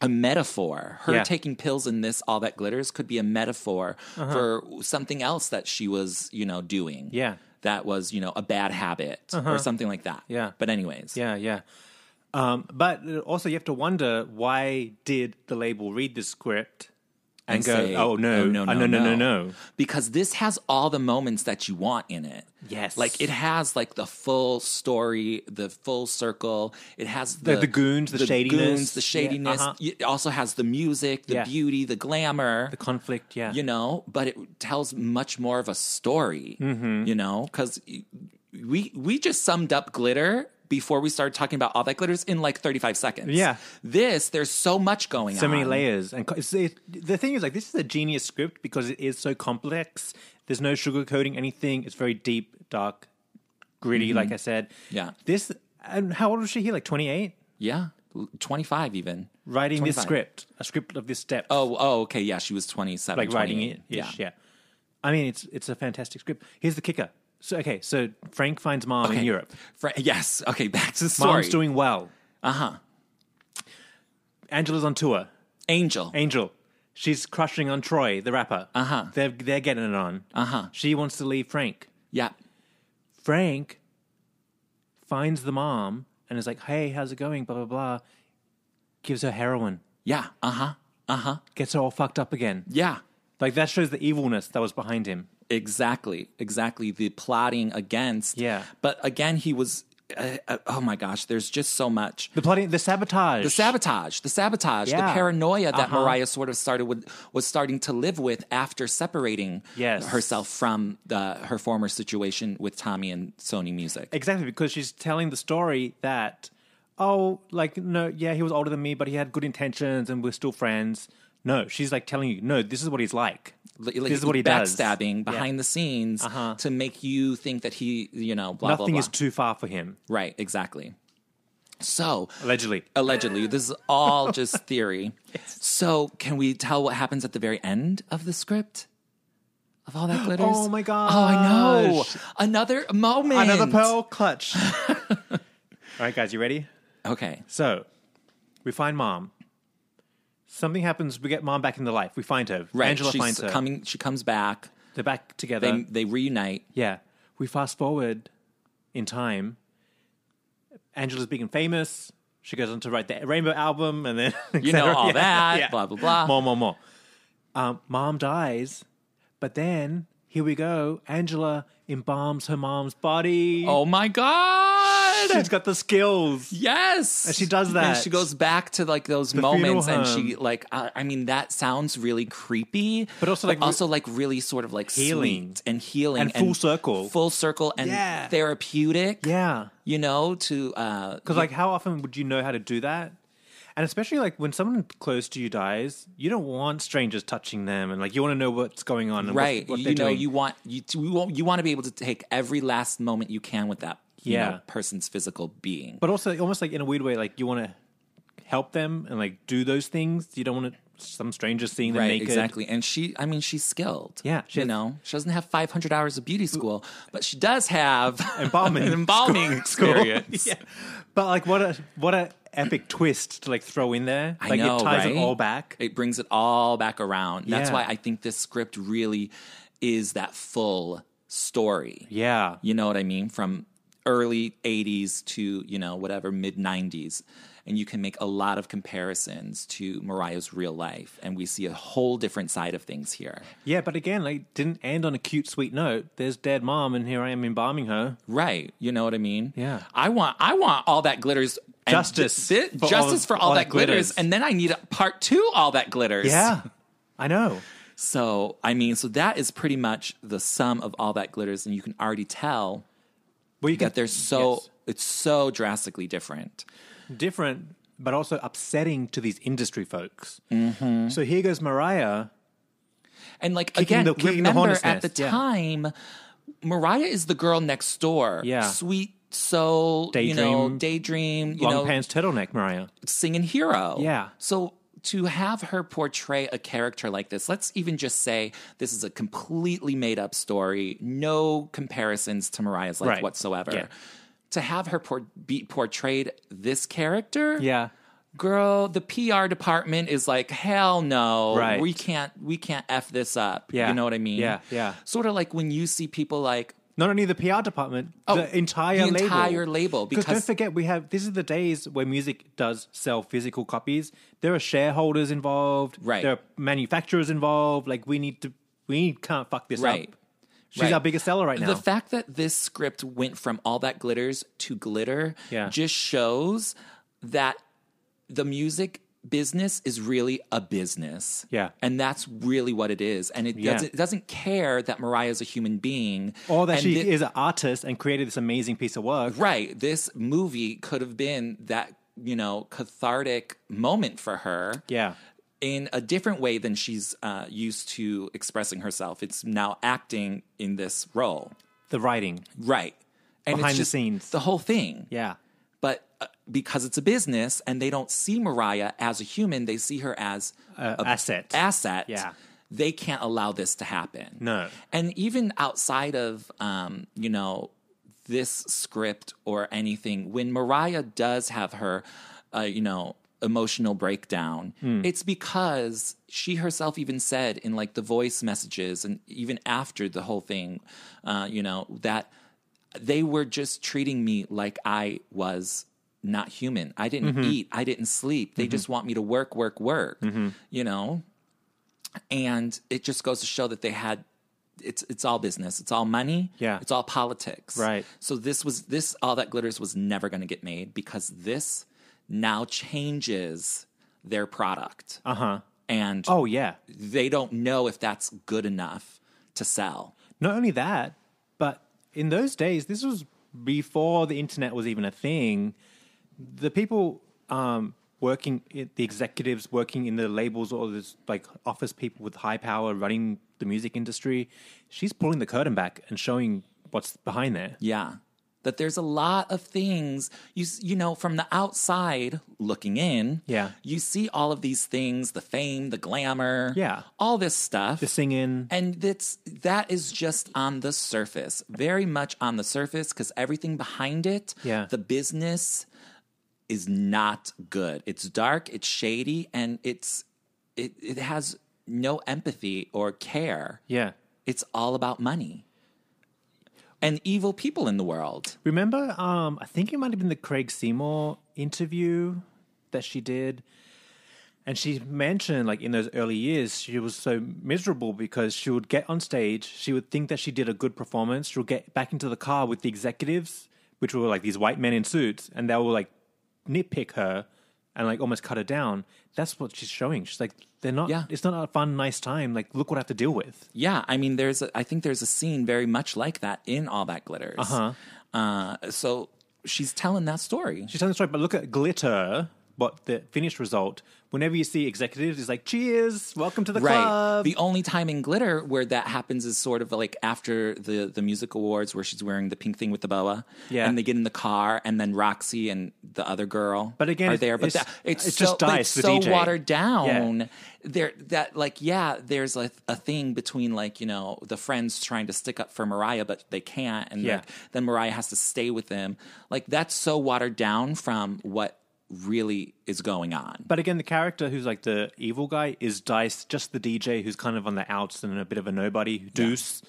S2: a metaphor. Her
S1: Yeah.
S2: taking pills in this all that glitters could be a metaphor
S1: Uh-huh.
S2: for something else that she was you know doing.
S1: Yeah. Uh-huh.
S2: that was you know a bad habit or something like that.
S1: Yeah.
S2: but anyways,
S1: Yeah, yeah. Um, but also, you have to wonder why did the label read this script and, go,
S2: say,
S1: "Oh no,
S2: "Oh, no,
S1: oh,
S2: no,
S1: no, no,
S2: no."
S1: no."
S2: because this has all the moments that you want in it.
S1: Yes.
S2: like it has like the full story, the full circle. It has the,
S1: the goons, the shadiness.
S2: goons, the
S1: Yeah,
S2: shadiness.
S1: uh-huh.
S2: It also has the music, the
S1: Yeah.
S2: beauty, the glamour.
S1: The conflict, yeah,
S2: you know but it tells much more of a story
S1: Mm-hmm.
S2: you know because we we just summed up glitter before we started talking about all that glitters in like 35 seconds
S1: Yeah.
S2: this there's so much going
S1: so
S2: on
S1: many layers. And co- it's, it, the thing is, like, this is a genius script because it is so complex. There's no sugarcoating anything. It's very deep, dark, gritty. Like I said,
S2: Mm-hmm. Yeah.
S1: This and how old was she here? Like 28,
S2: yeah L- 25 even
S1: writing this
S2: 25.
S1: script, a script of this depth.
S2: oh oh okay yeah she was 27
S1: like writing
S2: 28.
S1: it. Yeah. yeah. I mean, it's it's a fantastic script. Here's the kicker. So okay, so Frank finds mom in
S2: Okay.
S1: Europe.
S2: Fra- yes okay [LAUGHS] back to the story
S1: Mom's doing well. Uh huh. Angela's on tour.
S2: angel
S1: Angel, she's crushing on Troy, the rapper. Uh huh. They're they're getting it on. Uh huh. She wants to leave Frank.
S2: yeah
S1: Frank finds the mom and is like, "Hey, how's it going?" Blah blah blah. Gives her heroin.
S2: yeah uh-huh
S1: Gets her all fucked up again.
S2: yeah
S1: Like that shows the evilness that was behind him.
S2: Exactly, exactly. The plotting against.
S1: Yeah.
S2: But again, he was. Uh, uh, oh my gosh, there's just so much.
S1: The plotting, the sabotage.
S2: The sabotage, the sabotage, the
S1: Yeah.
S2: paranoia that
S1: Uh-huh.
S2: Mariah sort of started with, was starting to live with after separating
S1: Yes.
S2: herself from the, her former situation with Tommy and Sony Music.
S1: Exactly, because she's telling the story that, oh, like, no, yeah, he was older than me, but he had good intentions and we're still friends. No, she's like telling you, no, this is what he's like.
S2: Like, like,
S1: this is what he does.
S2: backstabbing
S1: Yeah. Uh-huh.
S2: behind the scenes to make you think that he, you know, blah
S1: Nothing
S2: blah blah.
S1: is too far for him,
S2: right, exactly. So
S1: allegedly.
S2: allegedly this is
S1: [LAUGHS]
S2: all just theory so can we tell what happens at the very end of the script of all that glitters
S1: Oh my gosh.
S2: oh i know [LAUGHS] another moment
S1: Another pearl clutch. [LAUGHS] All right, guys, you ready?
S2: okay
S1: So, we find mom. Something happens. We get mom back into life. We find her.
S2: right
S1: Angela
S2: she's
S1: finds her.
S2: coming she comes back
S1: They're back together.
S2: they they reunite
S1: Yeah. We fast forward in time. Angela's big and famous. She goes on to write the Rainbow album and then [LAUGHS] et
S2: You know
S1: cetera.
S2: all
S1: Yeah,
S2: that,
S1: yeah.
S2: blah, blah, blah.
S1: More, more, more. Um, mom dies, but then here we go. Angela embalms her mom's body.
S2: oh my god
S1: she's got the skills.
S2: Yes, and
S1: she does that.
S2: she goes back to like those
S1: funeral
S2: moments, and she
S1: home.
S2: like. I, I mean, that sounds really creepy,
S1: But also, like,
S2: also like really sort of like
S1: Healing.
S2: sweet and healing
S1: And full circle.
S2: full circle, and
S1: Yeah.
S2: therapeutic.
S1: Yeah.
S2: you know, to uh,
S1: Because like, how often would you know how to do that? And especially like when someone close to you dies, you don't want strangers touching them, and like you want to know what's going on, and
S2: right.
S1: What, what they're
S2: you know,
S1: doing.
S2: you want you to, you want you want to be able to take every last moment you can with that. you
S1: Yeah.
S2: know, person's physical being.
S1: but also almost like in a weird way, like you want to help them and like do those things. You don't want to, some stranger seeing them
S2: right
S1: naked. [LAUGHS]
S2: exactly and she i mean she's skilled
S1: Yeah, she
S2: you
S1: has-
S2: know she doesn't have 500 hours of beauty school but she does have [LAUGHS]
S1: Embalming
S2: an embalming
S1: school. [LAUGHS]
S2: experience
S1: yeah. But like, what a what a epic twist to like throw in there.
S2: I
S1: like
S2: know,
S1: it ties
S2: right?
S1: it all back.
S2: It brings it all back around. That's
S1: Yeah.
S2: why I think this script really is that full story.
S1: yeah.
S2: You know what I mean? From early 80s to, you know, whatever, mid 90s. And you can make a lot of comparisons to Mariah's real life. And we see a whole different side of things here.
S1: Yeah, but again, like didn't end on a cute sweet note. There's dead mom and here I am embalming her.
S2: Right. You know what I mean?
S1: Yeah.
S2: I want I want all that glitters and
S1: Justice
S2: thi-
S1: for all-
S2: justice for all, that, glitters. And then I need a part two all that glitters.
S1: Yeah. I know.
S2: So I mean, so that is pretty much the sum of all that glitters, and you can already tell
S1: Well you
S2: that they're so
S1: Yes.
S2: it's so drastically different.
S1: different, but also upsetting to these industry folks.
S2: Mm-hmm.
S1: So here goes Mariah.
S2: And like
S1: Kicking
S2: again,
S1: the- kicking the
S2: remember
S1: hornet's
S2: at the
S1: nest, yeah.
S2: time, Mariah is the girl next door.
S1: Yeah.
S2: sweet soul, you know,
S1: Daydream,
S2: daydream, you
S1: Long
S2: know,
S1: pants turtleneck Mariah.
S2: singing hero.
S1: Yeah.
S2: So to have her portray a character like this, let's even just say this is a completely made up story, no comparisons to Mariah's life
S1: Right.
S2: whatsoever.
S1: Yeah.
S2: To have her por- be portrayed this character,
S1: Yeah.
S2: girl, the PR department is like, hell no,
S1: Right.
S2: we can't, we can't f this up.
S1: Yeah.
S2: you know what I mean?
S1: Yeah, yeah.
S2: Sort of like when you see people like
S1: Not only the PR department, the entire
S2: Oh, the
S1: label.
S2: entire label,
S1: Because don't
S2: because-
S1: forget, we have this is the days where music does sell physical copies. There are shareholders involved.
S2: Right.
S1: There are manufacturers involved. Like we need to, we can't fuck this
S2: Right.
S1: up. She's
S2: Right.
S1: our biggest seller right now.
S2: The fact that this script went from all that glitters to glitter
S1: Yeah.
S2: just shows that the music business is really a business.
S1: Yeah.
S2: And that's really what it is. And it
S1: Yeah.
S2: doesn't it doesn't care that Mariah's a human being.
S1: or that
S2: And
S1: she
S2: thi-
S1: is an artist and created this amazing piece of work.
S2: Right. This movie could have been that, you know, cathartic moment for her
S1: Yeah.
S2: in a different way than she's uh, used to expressing herself. It's now acting in this role.
S1: The writing.
S2: Right. And
S1: Behind the scenes.
S2: The whole thing.
S1: Yeah.
S2: But uh, because it's a business and they don't see Mariah as a human, they see her as
S1: Uh, asset.
S2: asset.
S1: Yeah.
S2: They can't allow this to happen.
S1: No.
S2: And even outside of, um, you know, this script or anything, when Mariah does have her, uh, you know, emotional breakdown,
S1: Hmm.
S2: it's because she herself even said in like the voice messages and even after the whole thing, uh, you know, that they were just treating me like I was not human. I didn't
S1: Mm-hmm.
S2: eat. I didn't sleep. They just want me to work, work, work, you know? And it just goes to show that they had. It's it's all business. It's all money.
S1: Yeah.
S2: It's all politics.
S1: Right.
S2: So this was this all that glitters was never going to get made because this now changes their product. Uh huh. And
S1: Oh yeah.
S2: they don't know if that's good enough to sell.
S1: Not only that, but in those days, this was before the internet was even a thing. The people um, working, i- the executives working in the labels or this like office people with high power running the music industry, she's pulling the curtain back and showing what's behind there.
S2: Yeah. That there's a lot of things you s- you know from the outside looking in.
S1: Yeah.
S2: You see all of these things, the fame, the glamour,
S1: Yeah.
S2: all this stuff.
S1: The singing,
S2: and that's that is just on the surface, very much on the surface cuz everything behind it,
S1: Yeah.
S2: the business is not good. It's dark, it's shady and it's it it has no empathy or care.
S1: yeah.
S2: It's all about money. And evil people in the world.
S1: Remember, um, I think it might have been the Craig Seymour interview that she did. And she mentioned, like, in those early years, she was so miserable because she would get on stage, she would think that she did a good performance, she would get back into the car with the executives, which were like these white men in suits, and they will like nitpick her and like almost cut her down. That's what she's showing. She's like, they're not,
S2: Yeah.
S1: it's not a fun, nice time. Like, look what I have to deal with.
S2: Yeah, I mean, there's a, I think there's a scene very much like that in All That Glitters. Uh-huh. So she's telling that story.
S1: She's telling the story, but look at glitter. But the finished result, whenever you see executives, it's like, cheers, welcome to the club.
S2: The only time in Glitter where that happens is sort of like after the the music awards, where she's wearing the pink thing with the boa.
S1: Yeah.
S2: And they get in the car, and then Roxy and the other girl.
S1: But again,
S2: are
S1: it's-
S2: there? But
S1: it's-
S2: that, it's,
S1: it's
S2: so,
S1: just
S2: but
S1: Dice,
S2: it's
S1: the
S2: so
S1: DJ.
S2: watered down. There that like yeah, there's a, a thing between like you know the friends trying to stick up for Mariah, but they can't, and
S1: Yeah.
S2: like, then Mariah has to stay with them. Like that's so watered down from what really is going on.
S1: But again, the character who's like the evil guy is Dice, just the DJ who's kind of on the outs and a bit of a nobody, Deuce,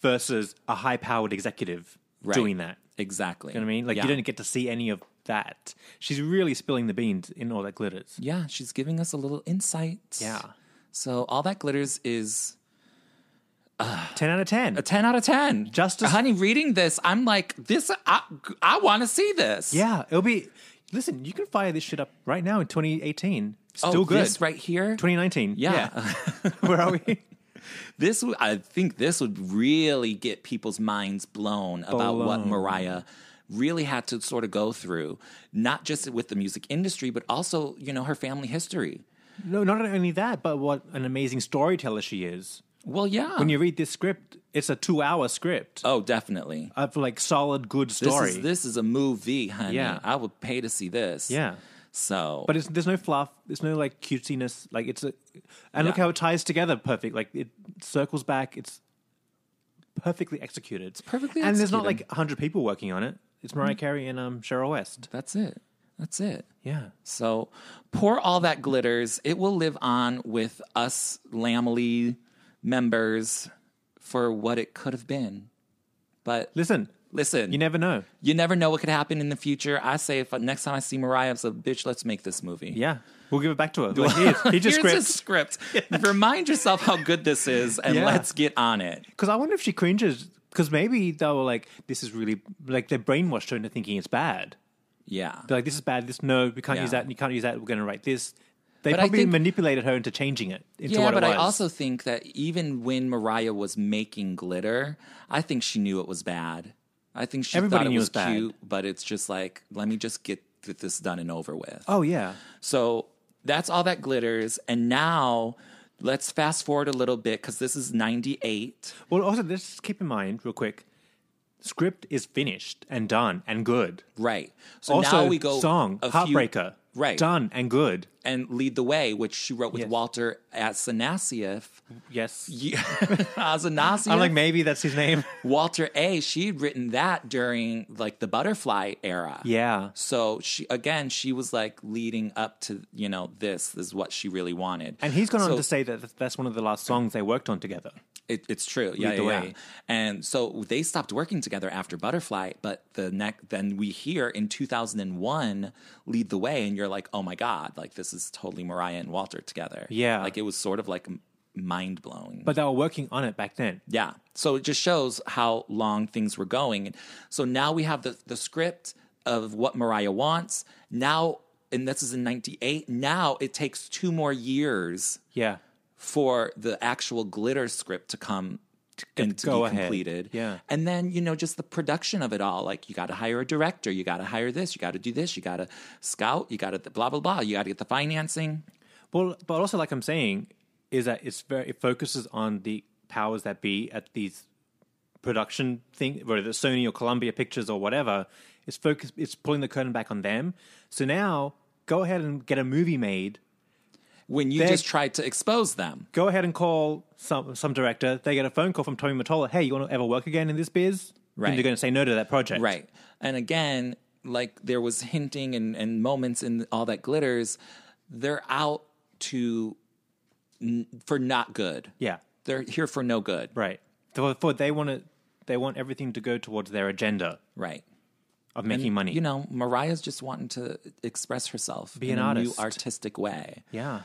S1: versus a high powered executive
S2: Right.
S1: doing that.
S2: Exactly.
S1: You know what I mean? Like,
S2: yeah.
S1: you don't get to see any of that. She's really spilling the beans in all that glitters.
S2: Yeah, she's giving us a little insight.
S1: Yeah.
S2: So all that glitters is
S1: 10 out of 10.
S2: a 10 out of 10.
S1: Just as-
S2: honey reading this, I'm like this I I want to see this.
S1: yeah, it'll be. Listen, you can fire this shit up right now in 2018. Still
S2: oh,
S1: good.
S2: This right here.
S1: 2019.
S2: Yeah.
S1: Where are we?
S2: This w- I think this would really get people's minds blown about what
S1: Blown.
S2: Mariah really had to sort of go through, not just with the music industry, but also, you know, her family history.
S1: [LAUGHS] No, not only that, but what an amazing storyteller she is.
S2: Well, yeah.
S1: When you read this script, it's a two-hour script
S2: oh, definitely.
S1: of like solid, good
S2: This
S1: story.
S2: is this is a movie, honey.
S1: Yeah.
S2: I would pay to see this.
S1: Yeah.
S2: So
S1: But it's, there's no fluff. There's no like cutesiness. Like it's a, and look
S2: Yeah.
S1: how it ties together. Perfect. Like it circles back. It's perfectly executed. It's
S2: perfectly
S1: And there's not
S2: executed.
S1: like hundred people working on it. It's Mariah Carey and um, Cheryl West.
S2: that's it. That's it.
S1: Yeah.
S2: So pour all that glitters. It will live on with us Lamely members for what it could have been. But
S1: Listen,
S2: listen,
S1: you never know.
S2: you never know what could happen in the future. I say if next time I see Mariah, I'm like, bitch, let's make this movie.
S1: Yeah, we'll give it back to her. Like, here's, here's your
S2: Here's
S1: script.
S2: a
S1: [LAUGHS]
S2: script. Remind yourself how good this is and
S1: Yeah.
S2: let's get on it.
S1: Because I wonder if she cringes. Because maybe they were like, "This is really like they're brainwashed her into thinking it's bad."
S2: Yeah.
S1: They're like, "This is bad. This no, we can't
S2: Yeah.
S1: use that. And you can't use that. We're going to write this." They
S2: But I
S1: probably
S2: think-
S1: manipulated her into changing it into
S2: yeah,
S1: what
S2: but
S1: it was.
S2: I also think that even when Mariah was making glitter, I think she knew it was bad. I think she
S1: Everybody
S2: thought it
S1: knew it
S2: was,
S1: was bad.
S2: cute, but it's just like, let me just get th- this done and over with.
S1: oh yeah,
S2: So that's all that glitters. And now let's fast forward a little bit because this is 98.
S1: Well, also, let's just keep in mind, real quick, script is finished and done and good.
S2: Right. So
S1: also,
S2: now we go
S1: song
S2: a few-
S1: heartbreaker,
S2: right.
S1: Done and good.
S2: and Lead the Way, which she wrote with
S1: Yes.
S2: Walter at Sanasiev.
S1: Yes,
S2: Yeah. Azanasiev.
S1: I'm like maybe that's his name. [LAUGHS]
S2: Walter A. She had written that during like the butterfly era.
S1: yeah,
S2: So she again, she was like leading up to you know this, is what she really wanted.
S1: and he's gone
S2: So
S1: on to say that th- that's one of the last songs they worked on together.
S2: it, it's true, yeah,
S1: Lead the
S2: yeah,
S1: Way.
S2: yeah. And so they stopped working together after Butterfly, but the next then we hear in 2001 Lead the Way, and you're like, oh my god, like this is totally Mariah and Walter together.
S1: Yeah.
S2: like it was sort of like mind blowing.
S1: But they were working on it back then.
S2: Yeah. So it just shows how long things were going. And so now we have the, the script of what Mariah wants. Now, and this is in 98, now it takes two more years
S1: Yeah,
S2: for the actual glitter script to come t- and to
S1: go
S2: be
S1: ahead.
S2: completed.
S1: Yeah.
S2: And then, you know, just the production of it all. Like you gotta hire a director, you gotta hire this, you gotta do this, you gotta scout, you gotta th- blah blah blah. You gotta get the financing.
S1: Well, but also, like I'm saying, is that it's very it focuses on the powers that be at these production thing, whether it's Sony or Columbia Pictures or whatever. It's focus. It's pulling the curtain back on them. So now, go ahead and get a movie made.
S2: When you
S1: They're-
S2: just tried to expose them.
S1: Go ahead and call some some director. They get a phone call from Tommy Mottola. Hey, you want to ever work again in this biz?
S2: Right.
S1: And they're going to say no to that project.
S2: Right. And again, like there was hinting and, and moments in all that glitters, they're out to n- for not good.
S1: Yeah.
S2: They're here for no good.
S1: Right. Therefore, they want to. They want everything to go towards their agenda
S2: Right.
S1: of making money.
S2: You know, Mariah's just wanting to express herself
S1: Be
S2: in
S1: an
S2: a
S1: artist.
S2: new artistic way.
S1: Yeah.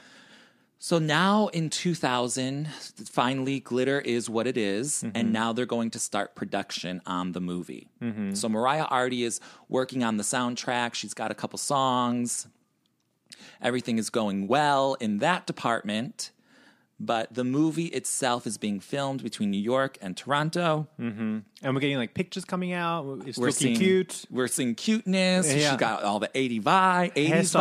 S2: So now in 2000, finally, glitter is what it is,
S1: Mm-hmm.
S2: and now they're going to start production on the movie.
S1: Mm-hmm.
S2: So Mariah already is working on the soundtrack. She's got a couple songs. Everything is going well in that department, but the movie itself is being filmed between New York and Toronto.
S1: And we're getting like pictures coming out. It's looking
S2: seeing
S1: cute.
S2: We're seeing cuteness.
S1: Yeah.
S2: She got all the 80 vi- 80s
S1: hairstyles,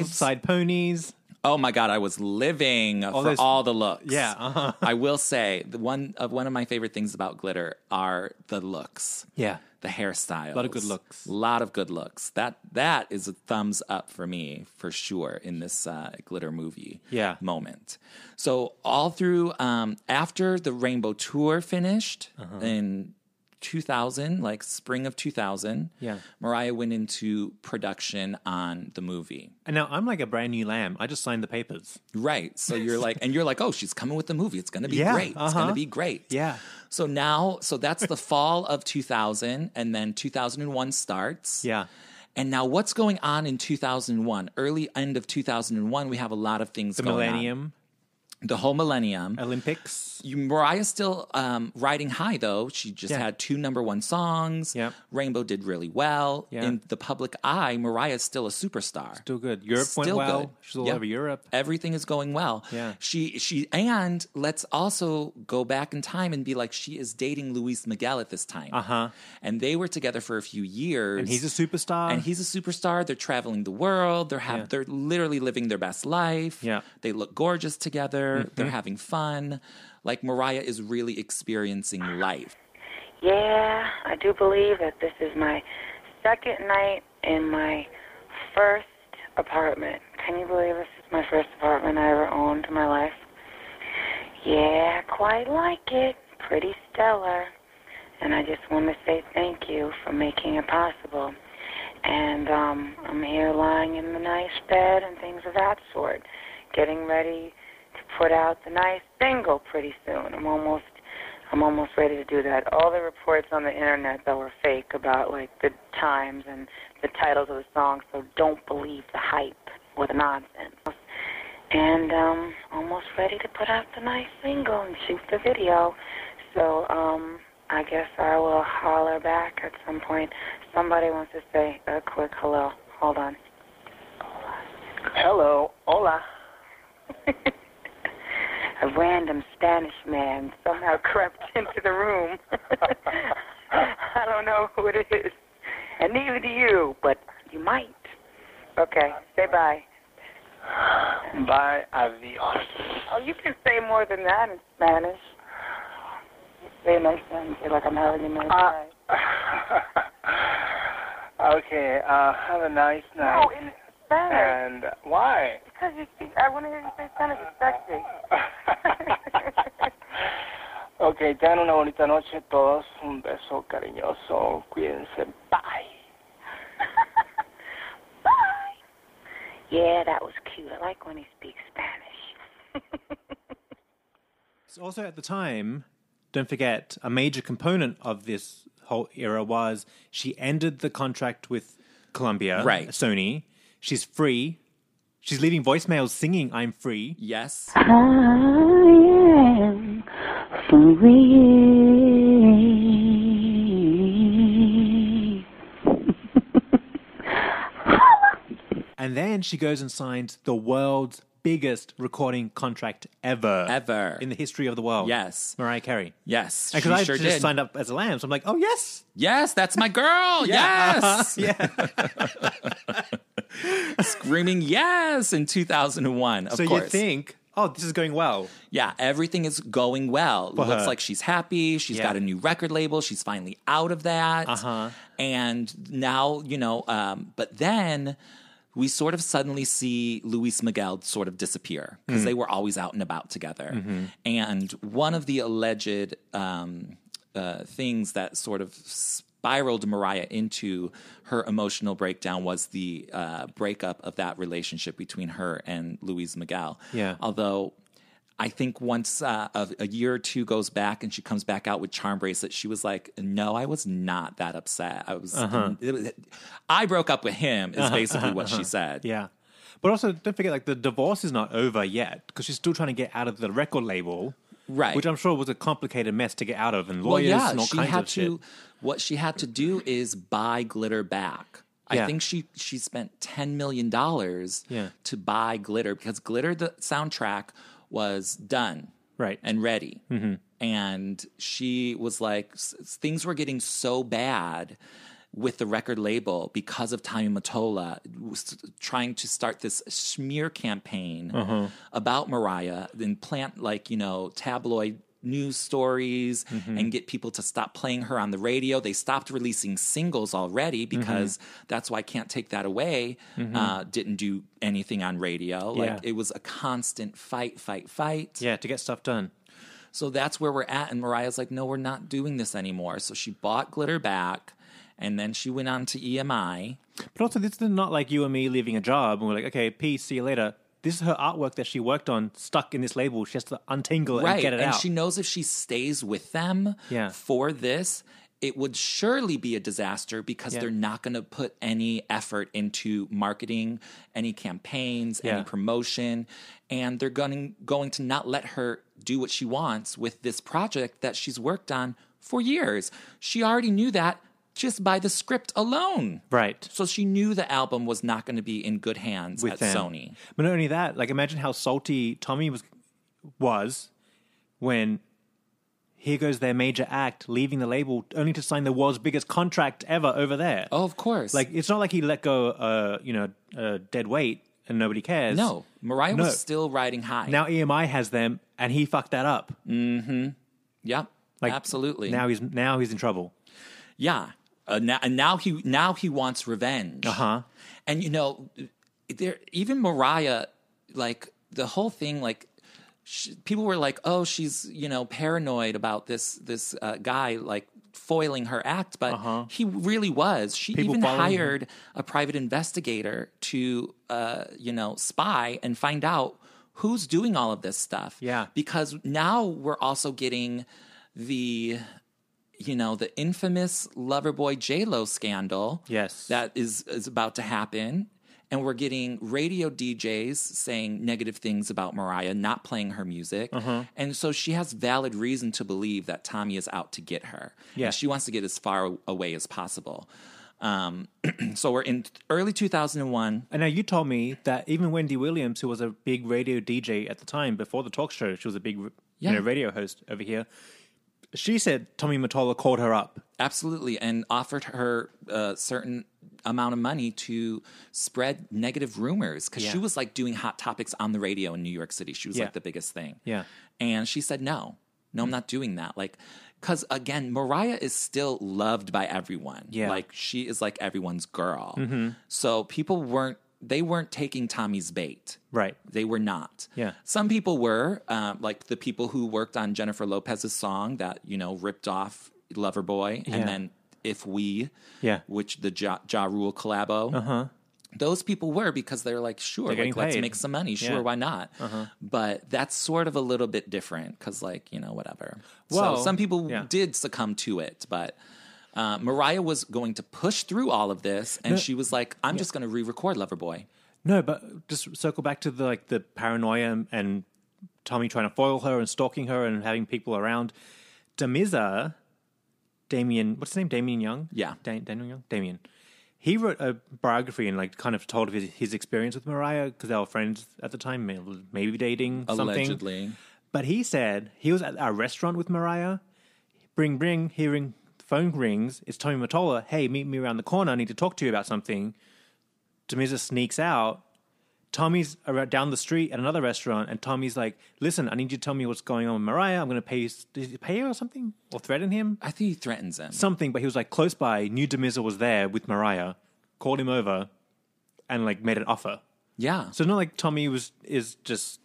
S2: vibes.
S1: side ponies.
S2: Oh my god, I was living for
S1: those-
S2: all the looks.
S1: Yeah, uh-huh.
S2: I will say the one of one of my favorite things about glitter are the looks.
S1: Yeah.
S2: The hairstyles. A
S1: Lot of good looks.
S2: A lot of good looks. That that is a thumbs up for me for sure in this uh, glitter movie
S1: Yeah.
S2: moment.
S1: Uh-huh.
S2: So all through um, after the Rainbow Tour finished in 2000, like spring of 2000,
S1: Yeah.
S2: Mariah went into production on the movie.
S1: And now I'm like a brand new lamb. I just signed the papers.
S2: Right. So you're like, and you're like, oh, she's coming with the movie. It's going to be
S1: Yeah,
S2: great. It's going
S1: uh-huh.
S2: to be great.
S1: Yeah.
S2: So now, so that's the fall of 2000, and then 2001 starts.
S1: Yeah.
S2: And now, what's going on in 2001? Early end of 2001, we have a lot of things
S1: The
S2: going on.
S1: Millennium
S2: The whole millennium.
S1: Olympics.
S2: You, Mariah's still um, riding high, though. She just
S1: Yeah.
S2: had two number one songs.
S1: Yep.
S2: Rainbow did really well.
S1: Yeah.
S2: In the public eye, Mariah's still a superstar.
S1: Still good. Europe went
S2: Still
S1: well.
S2: good.
S1: She's all
S2: Yep.
S1: over Europe.
S2: Everything is going well.
S1: Yeah.
S2: She she and let's also go back in time and be like she is dating Luis Miguel at this time. Uh-huh. And they were together for a few years.
S1: And he's a superstar.
S2: And he's a superstar. They're traveling the world. They're have
S1: Yeah.
S2: they're literally living their best life.
S1: Yeah. Mm-hmm.
S2: They look gorgeous together. They're having fun. Like Mariah is really experiencing life.
S4: Yeah, I do believe that this is my second night in my first apartment. Can you believe this is my first apartment I ever owned in my life? Yeah, I quite like it. Pretty stellar. And I just want to say thank you for making it possible. And um, I'm here lying in the nice bed and things of that sort, getting ready to put out the nice single pretty soon. I'm almost, I'm almost ready to do that. All the reports on the internet though are fake about like the times and the titles of the songs, so don't believe the hype or the nonsense and um almost ready to put out the nice single and shoot the video. So um I guess I will holler back at some point. Somebody wants to say a quick hello. Hold on. Hello. Hola. a random Spanish man somehow [LAUGHS] crept into the room. [LAUGHS] I don't know who it is. And neither do you, but you might. Okay, say bye.
S5: Bye, adios.
S4: Oh, you can say more than that in Spanish. Say a nice thing. Say like I'm having a nice
S5: Uh,
S4: night.
S5: okay, uh, have a nice night.
S4: No, in Spanish.
S5: and why?
S4: because you speak, I want to hear you say Spanish. It's sexy.
S5: [LAUGHS] okay, tengan una bonita noche todos. Un beso cariñoso. Cuídense. Bye.
S4: Bye. Yeah, that was cute. I like when he speaks Spanish.
S1: So also at the time, don't forget, a major component of this whole era was she ended the contract with Columbia,
S2: Right.
S1: Sony. She's free. She's leaving voicemails singing "I'm free."
S2: Yes.
S4: I am free.
S1: And then she goes and signs the world's biggest recording contract ever,
S2: Ever.
S1: in the history of the world.
S2: Yes.
S1: Mariah Carey.
S2: Yes.
S1: because I
S2: she sure
S1: just
S2: did.
S1: signed up as a lamb, so I'm like, oh yes,
S2: Yes, that's my girl. yes.
S1: yeah. Uh-huh.
S2: [LAUGHS] Screaming yes in 2001. Of
S1: so
S2: course.
S1: you think, oh, this is going well.
S2: Yeah, everything is going well. Looks
S1: her.
S2: like she's happy. She's
S1: Yeah.
S2: got a new record label. She's finally out of that.
S1: Uh-huh.
S2: And now, you know, um, but then we sort of suddenly see Luis Miguel sort of disappear because
S1: Mm.
S2: they were always out and about together.
S1: Mm-hmm.
S2: And one of the alleged um, uh, things that sort of spiraled Mariah into her emotional breakdown was the uh, breakup of that relationship between her and Luis Miguel.
S1: Yeah.
S2: Although I think once uh, a, a year or two goes back and she comes back out with charm bracelet, she was like, "No, I was not that upset. I was,
S1: Uh-huh.
S2: it was- I broke up with him." Is basically what she said.
S1: Yeah. But also, don't forget, like, the divorce is not over yet because she's still trying to get out of the record label.
S2: Right.
S1: Which I'm sure was a complicated mess to get out of and
S2: Well,
S1: lawyers
S2: yeah,
S1: and all
S2: she
S1: kinds
S2: had
S1: of
S2: to.
S1: shit.
S2: What she had to do is buy glitter back. I
S1: Yeah.
S2: think she she spent ten million dollars
S1: Yeah.
S2: to buy glitter because glitter the soundtrack was done
S1: Right. Mm-hmm.
S2: and ready. And she was like, s- things were getting so bad with the record label because of Tommy Mottola was trying to start this smear campaign
S1: Uh-huh.
S2: about Mariah and plant like, you know, tabloid news stories
S1: Mm-hmm.
S2: and get people to stop playing her on the radio. They stopped releasing singles already
S1: Mm-hmm.
S2: because that's why Can't Take That Away uh, didn't do anything on radio. Like
S1: Yeah.
S2: it was a constant fight, fight, fight.
S1: Yeah, to get stuff done.
S2: So that's where we're at. And Mariah's like, no, we're not doing this anymore. So she bought Glitter back and then she went on to E EMI.
S1: But also, this is not like you and me leaving a job and we're like, okay, peace, see you later. This is her artwork that she worked on, stuck in this label. She has to untangle it and
S2: Right.
S1: get it
S2: And
S1: out.
S2: she knows if she stays with them
S1: Yeah.
S2: for this, it would surely be a disaster because
S1: Yeah.
S2: they're not going to put any effort into marketing, any campaigns,
S1: Yeah.
S2: any promotion, and they're going going to not let her do what she wants with this project that she's worked on for years. She already knew that just by the script alone.
S1: right.
S2: So she knew the album was not going to be in good hands
S1: With
S2: at
S1: them.
S2: Sony.
S1: But not only that, like imagine how salty Tommy was was when here goes their major act leaving the label only to sign the world's biggest contract ever over there.
S2: Oh, of course.
S1: Like it's not like he let go, uh, you know, uh, dead weight and nobody cares.
S2: no, Mariah
S1: No.
S2: was still riding high.
S1: Now EMI has them, and he fucked that up.
S2: Yep.
S1: Like
S2: absolutely.
S1: Now he's now he's in trouble.
S2: yeah. Uh, now, and now he now he wants revenge. Uh
S1: Uh-huh.
S2: And you know, there even Mariah, like the whole thing, like sh people were like, "Oh, she's you know paranoid about this this uh, guy like foiling her act," but he really was. She
S1: Uh-huh. People
S2: even
S1: following her.
S2: hired a private investigator to uh, you know spy and find out who's doing all of this stuff.
S1: Yeah.
S2: because now we're also getting the you know the infamous Loverboy J Lo scandal.
S1: Yes.
S2: that is is about to happen, and we're getting radio DJs saying negative things about Mariah, not playing her music, and so she has valid reason to believe that Tommy is out to get her.
S1: Yeah.
S2: and she wants to get as far away as possible. Um, [CLEARS THROAT] so we're in early 2001.
S1: And now you told me that even Wendy Williams, who was a big radio DJ at the time before the talk show, she was a big
S2: Yeah.
S1: you know, radio host over here. She said Tommy Mottola called her up.
S2: Absolutely, and offered her a certain amount of money to spread negative rumors because she
S1: Yeah.
S2: was like doing hot topics on the radio in New York City. She was
S1: Yeah.
S2: like the biggest thing.
S1: Yeah. Hmm.
S2: And she said, no, no, I'm not doing that. Like, because again, Mariah is still loved by everyone.
S1: Yeah. Mm-hmm.
S2: Like, she is like everyone's girl. So people weren't, they weren't taking Tommy's bait.
S1: Right.
S2: They were not.
S1: Yeah.
S2: Some people were, um, like the people who worked on Jennifer Lopez's song that, you know, ripped off Loverboy
S1: Yeah.
S2: and then If We,
S1: Yeah.
S2: which the Ja, ja Rule collabo. Uh-huh. Those people were because they were like, sure,
S1: getting
S2: like, let's
S1: paid.
S2: make some money. Sure,
S1: Yeah. Uh-huh.
S2: why not? But that's sort of a little bit different because, like, you know, whatever.
S1: Well,
S2: so some people
S1: yeah.
S2: did succumb to it, but. Uh, Mariah was going to push through all of this, and she was like, "I'm just going to re-record Loverboy."
S1: No, but just circle back to the like the paranoia and, and Tommy trying to foil her and stalking her and having people around. Demiza, Damien, what's his name? Damien Young.
S2: Yeah.
S1: da- Daniel Young. Damien. He wrote a biography and like kind of told of his, his experience with Mariah because they were friends at the time, may- maybe dating something.
S2: Allegedly,
S1: But he said he was at a restaurant with Mariah. Bring, bring, hearing phone rings. It's Tommy Mottola. Hey, meet me around the corner. I need to talk to you about something. Demiza sneaks out. Tommy's around, down the street at another restaurant, and Tommy's like, "Listen, I need you to tell me what's going on with Mariah. I'm going to pay. You, did you pay her or something, or threaten him?
S2: I think he threatens him.
S1: Something." But he was like close by, knew Demiza was there with Mariah, called him over, and like made an offer.
S2: yeah.
S1: So it's not like Tommy was is just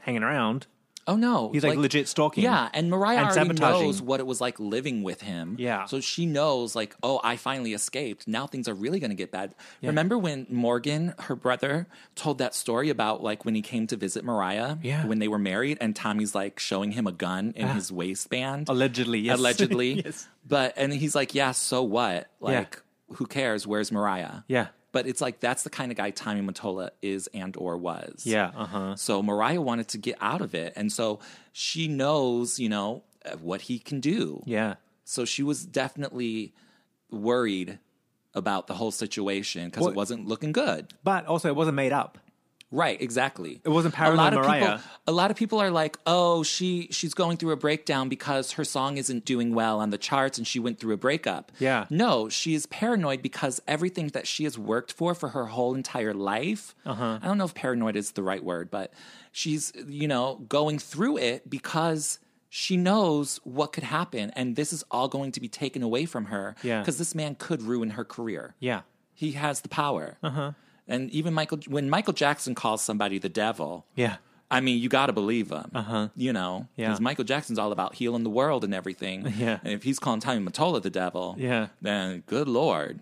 S1: hanging around.
S2: Oh no,
S1: He's, like, legit stalking.
S2: Yeah, and Mariah
S1: And
S2: already
S1: sabotaging.
S2: knows what it was like living with him.
S1: Yeah.
S2: so she knows like, oh, I finally escaped. Now things are really going to get bad. Remember when Morgan, her brother, told that story about like when he came to visit Mariah?
S1: Yeah. Ah.
S2: when they were married, and Tommy's like showing him a gun in his waistband,
S1: Allegedly, yes.
S2: allegedly.
S1: [LAUGHS] Yes.
S2: But and he's like, yeah, so what? Like, who cares? Where's Mariah?
S1: Yeah.
S2: But it's like that's the kind of guy Tommy Mottola is and or was.
S1: Yeah, uh huh.
S2: So Mariah wanted to get out of it. And so she knows, you know, uh, what he can do.
S1: Yeah.
S2: So she was definitely worried about the whole situation because
S1: Well-
S2: it wasn't looking good.
S1: But also, it wasn't made up.
S2: Right, exactly. It
S1: wasn't paranoid Mariah.
S2: People, a lot of people are like, "Oh, she she's going through a breakdown because her song isn't doing well on the charts and she went through a breakup."
S1: Yeah.
S2: No, she is paranoid because everything that she has worked for for her whole entire life.
S1: Uh-huh.
S2: I don't know if paranoid is the right word, but she's you know going through it because she knows what could happen and this is all going to be taken away from her
S1: Yeah.
S2: because this man could ruin her career.
S1: Yeah.
S2: He
S1: Uh-huh.
S2: has the power. And even Michael, when Michael Jackson calls somebody the devil,
S1: Yeah.
S2: I mean, you got to believe him. Uh-huh. You know,
S1: Yeah.
S2: because Michael Jackson's all about healing the world and everything.
S1: [LAUGHS] Yeah.
S2: And if he's calling Tommy Mottola the devil,
S1: Yeah.
S2: then good lord.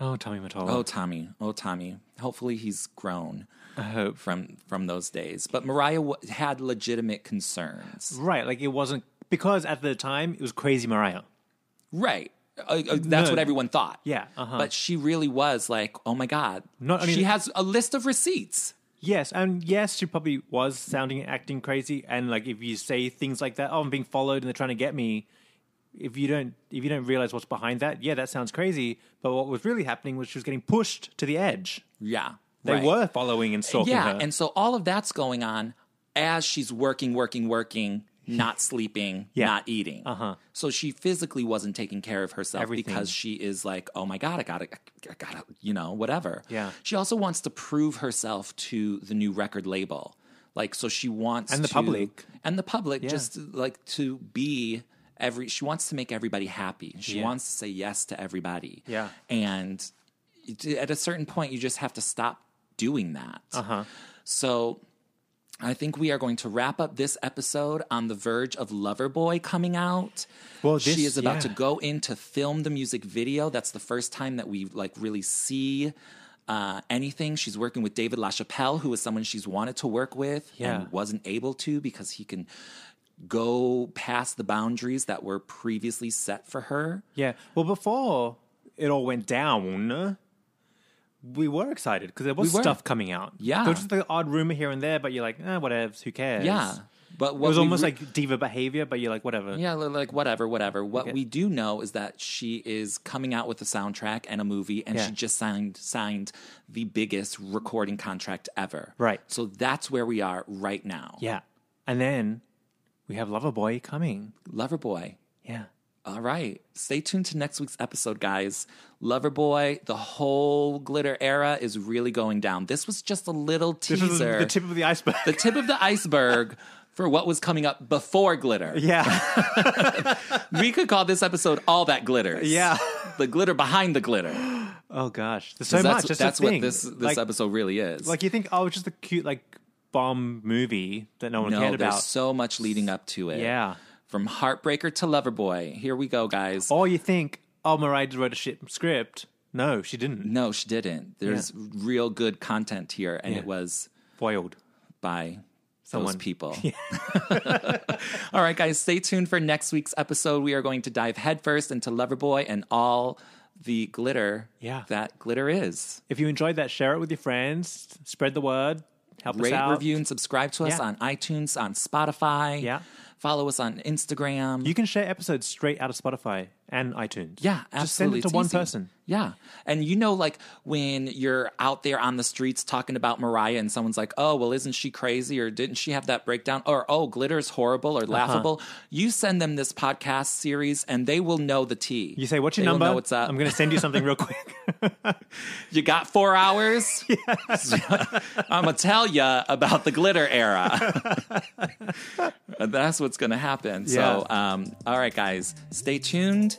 S1: Oh, Tommy Mottola.
S2: Oh, Tommy. Oh, Tommy. Hopefully he's grown
S1: I hope.
S2: from from those days. But Mariah w- had legitimate concerns.
S1: Right, like it wasn't because at the time it was Crazy Mariah.
S2: Right. Uh, uh, that's
S1: No.
S2: what everyone thought.
S1: Yeah, uh-huh.
S2: But she really was like, oh my God.
S1: Not- I mean-
S2: she has a list of receipts.
S1: Yes, and yes, she probably was sounding and acting crazy. And like, if you say things like that, oh, I'm being followed and they're trying to get me. If you don't, if you don't realize what's behind that, yeah, that sounds crazy. But what was really happening was she was getting pushed to the edge.
S2: Yeah.
S1: They
S2: right.
S1: were following and stalking
S2: Yeah.
S1: her.
S2: And so all of that's going on as she's working,
S1: [LAUGHS]
S2: working, working, not sleeping,
S1: Yeah.
S2: not eating. Uh-huh. So she physically wasn't taking care of herself
S1: Everything.
S2: because she is like, oh my God, I gotta, I gotta, you know, whatever.
S1: Yeah.
S2: She also wants to prove herself to the new record label. Like, so she wants
S1: And the
S2: to-
S1: public.
S2: and the public just like to be every she wants to make everybody happy she
S1: Yeah.
S2: wants to say yes to everybody
S1: Yeah.
S2: and it- at a certain point you just have to stop doing that uh-huh. so i think we are going to wrap up this episode on the verge of loverboy coming out
S1: Well,
S2: she
S1: this-
S2: is about to
S1: yeah.
S2: go in to film the music video that's the first time that we like really see uh, anything she's working with david lachapelle who is someone she's wanted to work with
S1: Yeah.
S2: and wasn't able to because he can go past the boundaries that were previously set for her
S1: yeah. Well, before it all went down, we were excited because there was
S2: We were.
S1: stuff coming out.
S2: Yeah.
S1: there was just the odd rumor here and there, but you're like, eh, whatevs, who cares?
S2: yeah but
S1: it
S2: what
S1: was
S2: we
S1: almost
S2: re-
S1: like diva behavior, but you're like, whatever.
S2: yeah li- like whatever whatever what we do know is that she is coming out with a soundtrack and a movie and
S1: Yeah.
S2: she just signed signed the biggest recording contract ever
S1: Right.
S2: so that's where we are right now
S1: Yeah. And then we have Loverboy coming.
S2: loverboy
S1: Yeah.
S2: All right. Stay tuned to next week's episode, guys. Loverboy, the whole glitter era is really going down. This was just a little
S1: This
S2: teaser.
S1: is the tip of the
S2: [LAUGHS]
S1: iceberg.
S2: the tip of the iceberg for what was coming up
S1: [LAUGHS]
S2: before glitter.
S1: yeah.
S2: We could call this episode All That Glitters.
S1: Yeah.
S2: The glitter behind the glitter. 'Cause
S1: Oh gosh. There's so
S2: that's
S1: much. That's, the
S2: that's what
S1: thing.
S2: this this
S1: like,
S2: episode really is.
S1: Like you think, oh, it's just a cute like bomb movie that no one
S2: no,
S1: cared
S2: there's
S1: about.
S2: so much leading up to it.
S1: Yeah.
S2: From Heartbreaker to Loverboy. Here we go, guys.
S1: or you think, oh, Mariah wrote a shit script. No, she didn't.
S2: No, she didn't. There's real good content here, and
S1: Yeah.
S2: it was
S1: Foiled.
S2: by
S1: Someone. [LAUGHS]
S2: those people. [LAUGHS] all right, guys, stay tuned for next week's episode. We are going to dive headfirst into Loverboy and all the glitter
S1: Yeah.
S2: that glitter is.
S1: If you enjoyed that, share it with your friends. Spread the word. Help us
S2: Rate,
S1: out.
S2: review, and subscribe to us
S1: Yeah.
S2: on iTunes, on Spotify.
S1: Yeah.
S2: Follow us on Instagram.
S1: You can share episodes straight out of Spotify and iTunes.
S2: Yeah, absolutely.
S1: Just send it to
S2: It's
S1: one
S2: easy.
S1: person.
S2: Yeah. And you know, like when you're out there on the streets talking about Mariah and someone's like, oh, well, isn't she crazy? Or didn't she have that breakdown? Or, oh, glitter's horrible
S1: Uh-huh.
S2: or laughable. You send them this podcast series and they will know the tea.
S1: You say, what's your
S2: They will
S1: number?
S2: know what's up.
S1: I'm going to send you something
S2: [LAUGHS]
S1: real quick.
S2: you got
S1: [LAUGHS]
S2: four hours? [LAUGHS] I'm going to tell you about the glitter era.
S1: [LAUGHS]
S2: That's what's going to happen. So, um, all right, guys, stay tuned.